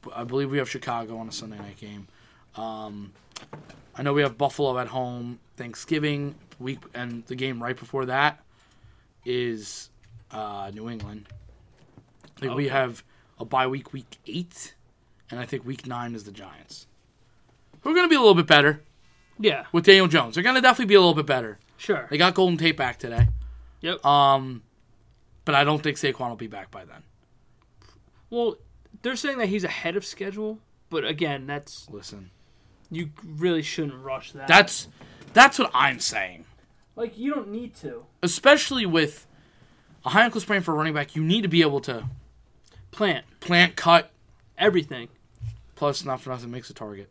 but I believe we have Chicago on a Sunday night game. Um, I know we have Buffalo at home Thanksgiving week, and the game right before that is uh, New England. I think we
Okay.
have a bye week, week eight, and I think week nine is the Giants. We're gonna be a little bit better
Yeah.
with Daniel Jones. They're gonna definitely be a little bit better.
Sure.
They got Golden Tate back today,
Yep.
um, but I don't think Saquon will be back by then.
well, they're saying that he's ahead of schedule, but again, that's
Listen,
you really shouldn't rush that.
that's that's what I'm saying.
like you don't need to
Especially with a high ankle sprain for a running back, you need to be able to
plant
plant, cut.
everything.
Plus, not for nothing makes a target.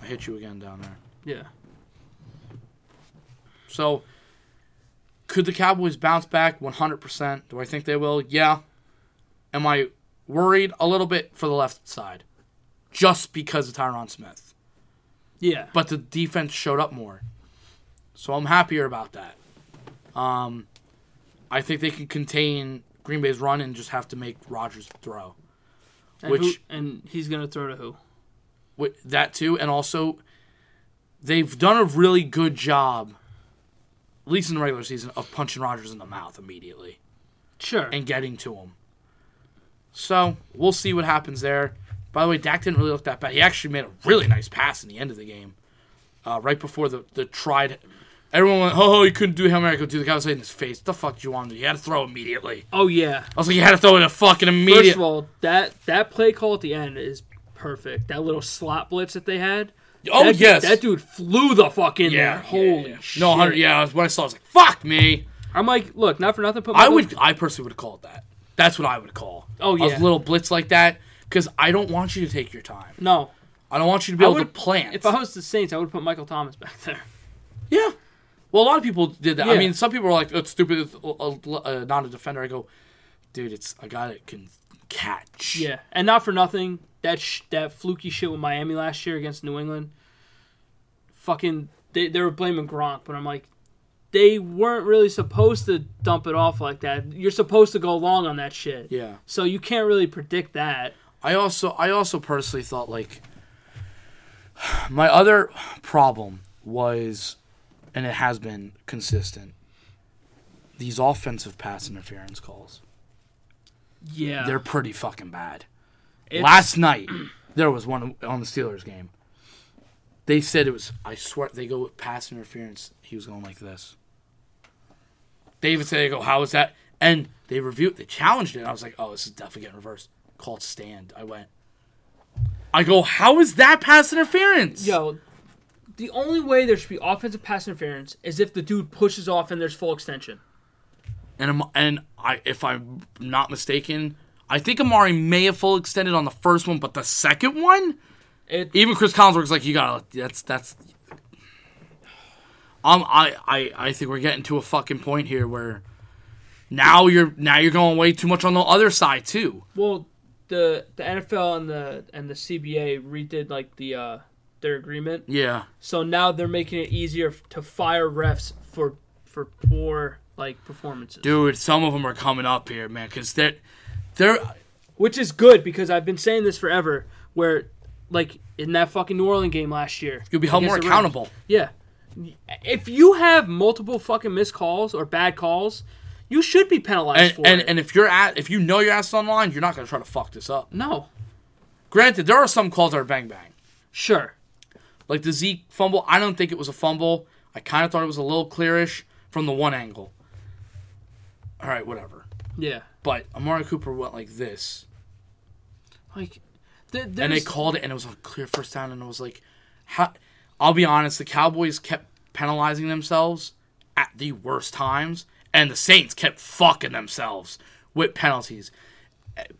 I hit you again down there.
Yeah.
So, could the Cowboys bounce back 100%? Do I think they will? Yeah. Am I worried a little bit for the left side? Just because of Tyron Smith.
Yeah.
but the defense showed up more. So I'm happier about that. Um, I think they can contain Green Bay's run and just have to make Rodgers throw.
And
which-
who- and he's gonna throw to who?
With that too, and also they've done a really good job, at least in the regular season, of punching Rodgers in the mouth immediately
Sure.
and getting to him. So we'll see what happens there. By the way, Dak didn't really look that bad. He actually made a really nice pass in the end of the game, uh, right before the the tried. Everyone went, "Oh, he couldn't do Hail Mary." Could do the guy was in his face. The fuck do you want to do? You had to throw immediately.
oh yeah.
I was like, you had to throw it a fucking
First
immediate.
of all, that that play call at the end is perfect. That little slot blitz that they had.
oh
that, dude-
yes,
That dude flew the fuck in
yeah,
there. Holy
yeah,
shit.
No, 100, yeah. that's What I saw, I was like, "Fuck me."
I'm like, look, not for nothing, but
I would, I personally would have called that. That's what I would call.
Oh,
a
yeah.
little blitz like that because I don't want you to take your time.
No.
I don't want you to be able to
would-
plan.
If I was the Saints, I would put Michael Thomas back there.
Yeah. Well, a lot of people did that. I
Yeah.
mean, some people are like, "That's stupid. It's a- a- a- not a defender." I go, "Dude, it's a guy that can catch."
Yeah. And not for nothing, that sh- that fluky shit with Miami last year against New England. Fucking they they were blaming Gronk, but I'm like they weren't really supposed to dump it off like that. You're supposed to go long on that shit.
Yeah.
So you can't really predict that.
I also, I also personally thought like, my other problem was, and it has been consistent. These offensive pass interference calls,
Yeah.
they're pretty fucking bad.
It's-
Last night, there was one on the Steelers game. They said it was. I swear they go with pass interference. He was going like this. David said, "They go, how is that?" And they reviewed. They challenged it. I was like, "Oh, this is definitely getting reversed." Called stand. I went. I go, "How is that pass interference?"
Yo, the only way there should be offensive pass interference is if the dude pushes off and there's full extension.
And Am- and I, if I'm not mistaken, I think Amari may have full extended on the first one, but the second one,
It
even Chris Collinsworth's like, "You gotta." That's that's. I'm, I, I, I think we're getting to a fucking point here where now you're now you're going way too much on the other side too.
Well, the the NFL and the and the CBA redid like the uh, their agreement,
Yeah.
so now they're making it easier f- to fire refs for for poor like performances,
Dude, some of them are coming up here, man, because they're they're
which is good because I've been saying this forever. Where like in that fucking New Orleans game last year,
you'll be held more
against the Rams.
accountable.
Yeah. If you have multiple fucking missed calls or bad calls, you should be penalized
And,
for
and
it.
and if you're at if you know your ass is on the line, you're not gonna try to fuck this up.
no.
Granted, there are some calls that are bang bang.
Sure.
Like the Zeke fumble, I don't think it was a fumble. I kind of thought it was a little clearish from the one angle. All right, whatever.
Yeah.
But Amari Cooper went like this,
Like th- there's,
and they called it, and it was a clear first down. And I was like, how? I'll be honest, the Cowboys kept penalizing themselves at the worst times, and the Saints kept fucking themselves with penalties.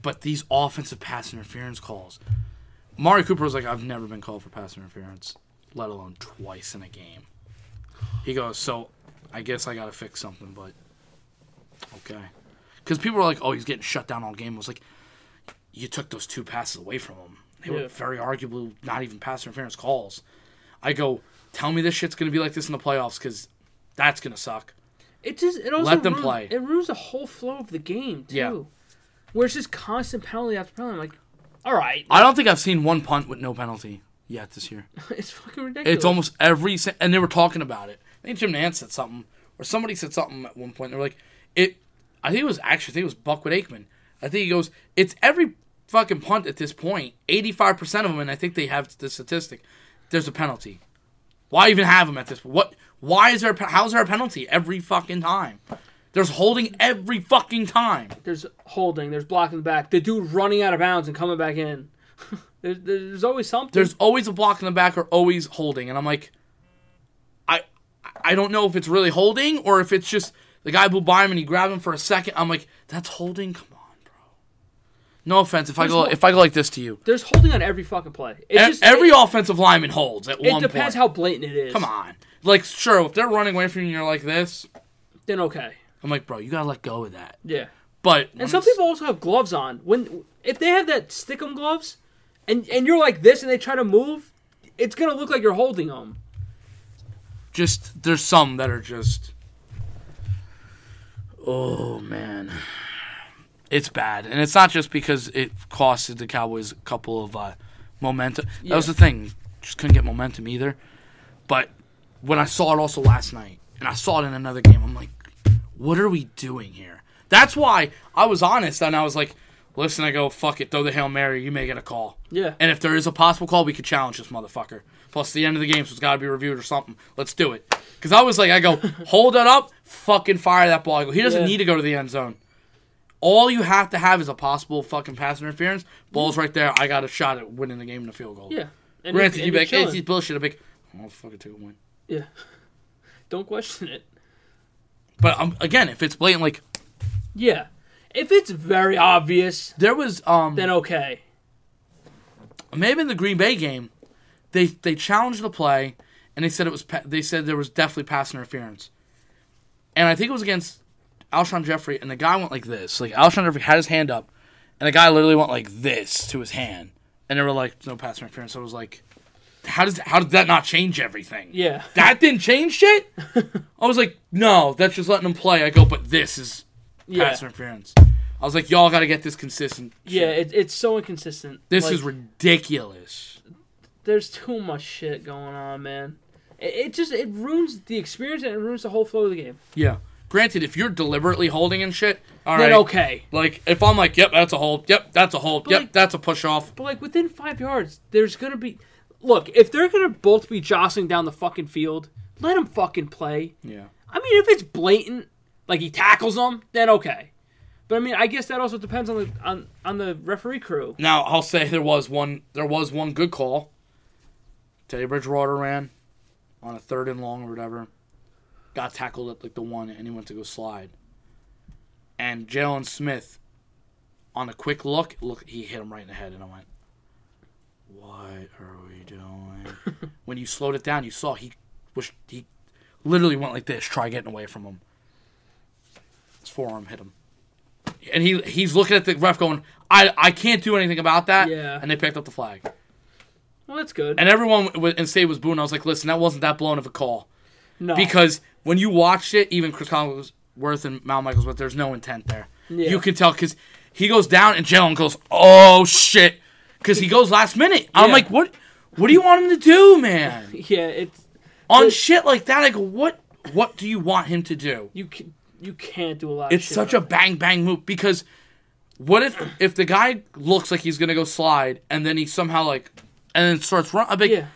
But these offensive pass interference calls, Amari Cooper was like, I've never been called for pass interference, let alone twice in a game. He goes, so I guess I gotta fix something, but okay, because people were like, oh, he's getting shut down all game. I was like, you took those two passes away from him. They
Yeah.
were very arguably not even pass interference calls. I go, tell me this shit's gonna be like this in the playoffs because that's gonna suck.
it just it also
Let them
ruins,
play.
It ruins the whole flow of the game too.
Yeah.
Where it's just constant penalty after penalty. I'm like, all right,
I don't think I've seen one punt with no penalty yet this year.
it's fucking ridiculous.
It's almost every si- and they were talking about it. I think Jim Nance said something or somebody said something at one point. They're like, it. I think it was actually I think it was Buckwood Aikman. I think he goes, it's every fucking punt at this point. Eighty five percent of them, and I think they have the statistic. There's a penalty. Why even have them at this? What? Why is there? A, pe- how is there a penalty every fucking time? There's holding every fucking time.
there's holding, there's blocking the back, the dude running out of bounds and coming back in. there's, there's always something.
there's always a block in the back or always holding and i'm like i i don't know if it's really holding or if it's just the guy blew by him and he grabbed him for a second i'm like that's holding come on bro no offense if i go if i go like this to you
there's holding on every fucking play. It's
E-
just
every
it,
offensive lineman holds at
it
one point
depends how blatant it is.
come on like sure if they're running away from you and you're like this
Then okay.
i'm like bro you gotta let go of that
Yeah.
but
And some people also have gloves on. When if they have that stickum gloves, and and you're like this, and they try to move, it's gonna look like you're holding them.
just there's some that are just oh man it's bad and it's not just because it costed the cowboys a couple of uh, momentum that was
Yeah.
the thing just couldn't get momentum either but when i saw it also last night and i saw it in another game i'm like what are we doing here that's why i was honest and i was like listen i go fuck it throw the hail mary you may get a call
Yeah.
and if there is a possible call, we could challenge this motherfucker. Plus, the end of the game, so it's got to be reviewed or something. Let's do it. Because I was like, I go, hold that up, fucking fire that ball. I go, he doesn't
Yeah.
need to go to the end zone. All you have to have is a possible fucking pass interference. Ball's right there. I got a shot at winning the game in a field goal.
Yeah. And
Granted, you'd be
if- and you're
like, hey,
chilling.
this is bullshit. I'm like, I'll fucking take a win.
yeah. Don't question it.
But um, again, if it's blatant, like,
Yeah. If it's very obvious,
there was. um
then okay.
maybe in the Green Bay game, they they challenged the play, and they said it was pa- they said there was definitely pass interference, and I think it was against Alshon Jeffrey, and the guy went like this, like Alshon Jeffrey had his hand up, and the guy literally went like this to his hand, and they were like no pass interference. I was like, how does how did that not change everything?
Yeah.
that didn't change shit. I was like, no, that's just letting them play. I go, but this is
Yeah.
pass interference. I was like, y'all got to get this consistent.
Yeah. It, it's so inconsistent.
This
Like,
is ridiculous.
there's too much shit going on, man. It, it just it ruins the experience and it ruins the whole flow of the game.
Yeah. Granted, if you're deliberately holding and shit, all right.
Then okay.
Like if I'm like, yep, that's a hold. Yep, that's a hold. yep,
like-
that's a push off.
But like within five yards, there's gonna be. Look, if they're gonna both be jostling down the fucking field, let them fucking play.
Yeah.
I mean, if it's blatant, like he tackles them, then okay. But I mean, I guess that also depends on the on, on the referee crew.
Now I'll say there was one. There was one good call. Teddy Bridgewater ran on a third and long or whatever. Got tackled at like the one, and he went to go slide. And Jalen Smith, on a quick look, look he hit him right in the head, and I went, "What are we doing?" when you slowed it down, you saw he was he Literally went like this, try getting away from him. His forearm hit him. And he he's looking at the ref going, I, I can't do anything about that.
Yeah.
And they picked up the flag.
Well, that's good.
And everyone w- in state was booing. I was like, listen, that wasn't that blown of a call.
no.
Because when you watched it, even Chris Collinsworth and Mal Michaels, but there's no intent there.
Yeah.
You can tell because he goes down and Jalen goes, "Oh shit," because he goes last minute. I'm
Yeah.
like, "What? What do you want him to do, man?"
yeah, it's
On shit like that, I go, "What? What do you want him to do?"
you can you can't do a lot.
It's
of shit
such a
about
bang bang move because what if if the guy looks like he's gonna go slide and then he somehow like and then starts running? I'm like,
it. yeah.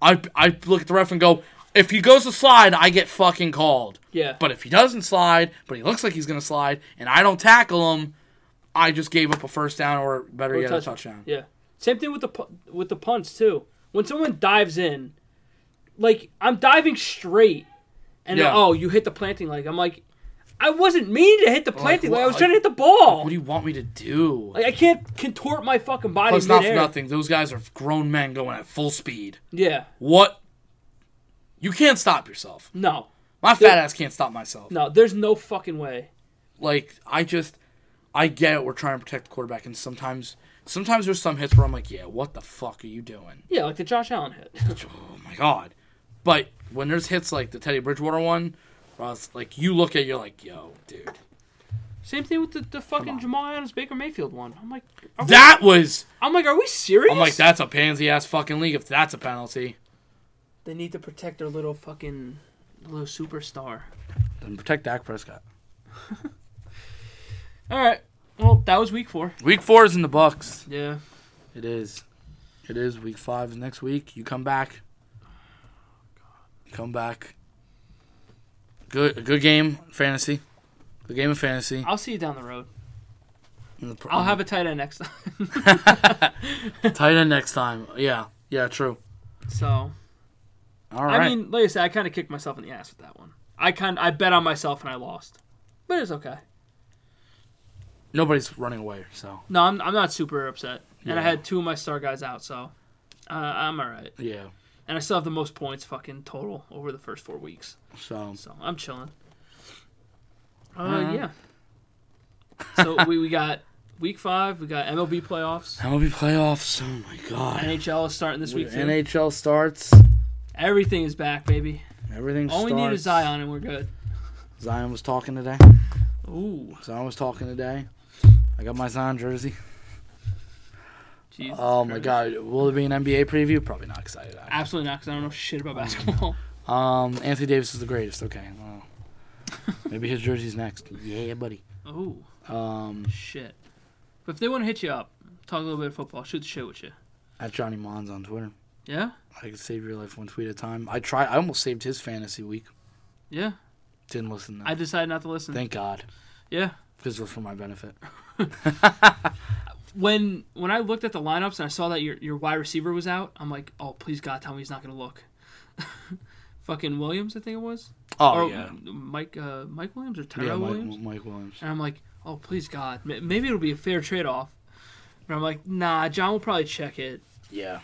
I I look at the ref and go, if he goes to slide, I get fucking called.
Yeah.
But if he doesn't slide, but he looks like he's gonna slide, and I don't tackle him, I just gave up a first down or better
Or
yet, a
touch-
touchdown.
Yeah. Same thing with the pu- with the punts too. When someone dives in, like I'm diving straight, and
Yeah.
oh, you hit the planting leg. I'm like, I wasn't meaning to hit the planting leg. I was
what-
trying to hit the ball.
What do you want me to do?
like I can't contort my fucking body.
Plus, not for
midair.
nothing. Those guys are grown men going at full speed.
Yeah.
What? You can't stop yourself.
No.
My fat ass can't stop myself.
No. There's no fucking way.
Like I just, I get it. We're trying to protect the quarterback, and sometimes, sometimes there's some hits where I'm like, yeah, what the fuck are you doing?
Yeah, like the Josh Allen hit.
oh my god. But when there's hits like the Teddy Bridgewater one, where I was like you look at it, you're like, yo, dude.
Same thing with the, the fucking Jamal Adams Baker Mayfield one. I'm like, are we-
That was
I'm like, are we serious?
I'm like, that's a pansy ass fucking league if that's a penalty.
They need to protect their little fucking little superstar.
Then protect Dak Prescott.
All right. Well, that was week four.
Week four is in the Bucks.
Yeah.
It is. It is. Week five is next week. You come back. You come back. Good a good game, fantasy. Good game of fantasy.
I'll see you down the road.
In the pr-
I'll have a tight end next time.
tight end next time. Yeah. Yeah, true.
so
All right.
I mean, like I said, I kind of kicked myself in the ass with that one. I kind I bet on myself and I lost, but it's okay.
Nobody's running away, so
No, I'm I'm not super upset, and I
Yeah.
had two of my star guys out, so uh, I'm all right.
yeah.
And I still have the most points fucking total over the first four weeks,
So
so I'm chilling. Uh, yeah. So we we got week five. We got MLB playoffs.
MLB playoffs. Oh my god.
NHL is starting this week. Too.
NHL starts.
Everything is back, baby.
Everything
All we
starts.
need is Zion, and we're good.
Zion was talking today.
Ooh,
Zion was talking today. I got my Zion jersey.
Jesus
Oh my
Christ.
god. Will there be an NBA preview? Probably not excited. I-
Absolutely not, because I don't know shit about basketball.
Um, Anthony Davis is the greatest. Okay. Well, maybe his jersey's next. Yeah, buddy.
oh
Um,
shit! But if they want to hit you up, talk a little bit of football, shoot the shit with you.
at Johnny Mons on Twitter.
Yeah,
I can save your life one tweet at a time. I try. I almost saved his fantasy week.
yeah.
Didn't listen. Though.
I decided not to listen.
Thank God.
yeah.
This was for my benefit.
When when I looked at the lineups and I saw that your your wide receiver was out, I'm like, oh please God, tell me he's not gonna look. Fucking Williams, I think it was.
Oh
or
yeah.
Mike uh, Mike Williams or Tyrell
Yeah, Mike
Williams.
Williams. Mike Williams.
And I'm like, oh please God, ma- maybe it'll be a fair trade off. And I'm like, nah, John will probably check it.
Yeah.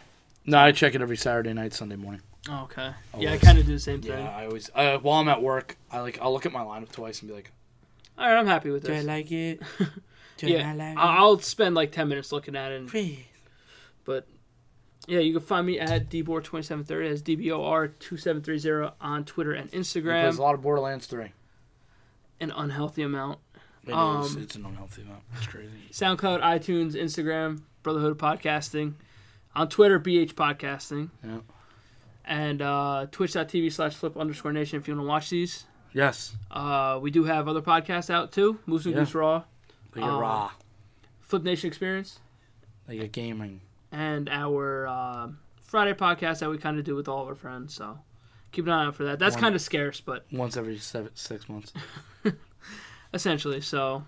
No, I check it every Saturday night, Sunday morning.
okay. yeah, I
Always.
kind of do the same thing.
I always uh, while I'm at work, I like I'll look at my lineup twice and be like,
All right, I'm happy with this.
like it? Do
yeah,
Uh,
I- I'll spend like ten minutes looking at it. and-
it?
But yeah, you can find me at dbor2730 as dbor2730 on Twitter and
There's a
Instagram.
lot of Borderlands
Um,
Three.
An unhealthy amount.
It is.
Um,
It's an unhealthy amount. It's crazy.
SoundCloud, iTunes, Instagram, Brotherhood Podcasting, on Twitter BH Podcasting,
Yeah.
and uh, Twitch.tv slash Flip underscore Nation if you want to watch these.
Yes.
Uh, we do have other podcasts out too: Moose and
Yeah.
Goose Raw,
They get
Um,
raw.
Flip Nation Experience.
They get gaming.
and our uh, Friday podcast that we kind of do with all of our friends. So keep an eye out for that. That's
One-
kind of scarce, but
Once every seven, six months.
essentially. So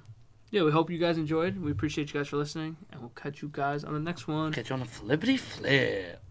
yeah, we hope you guys enjoyed. We appreciate you guys for listening, and we'll catch you guys on the next one.
Catch you on the flippity flip.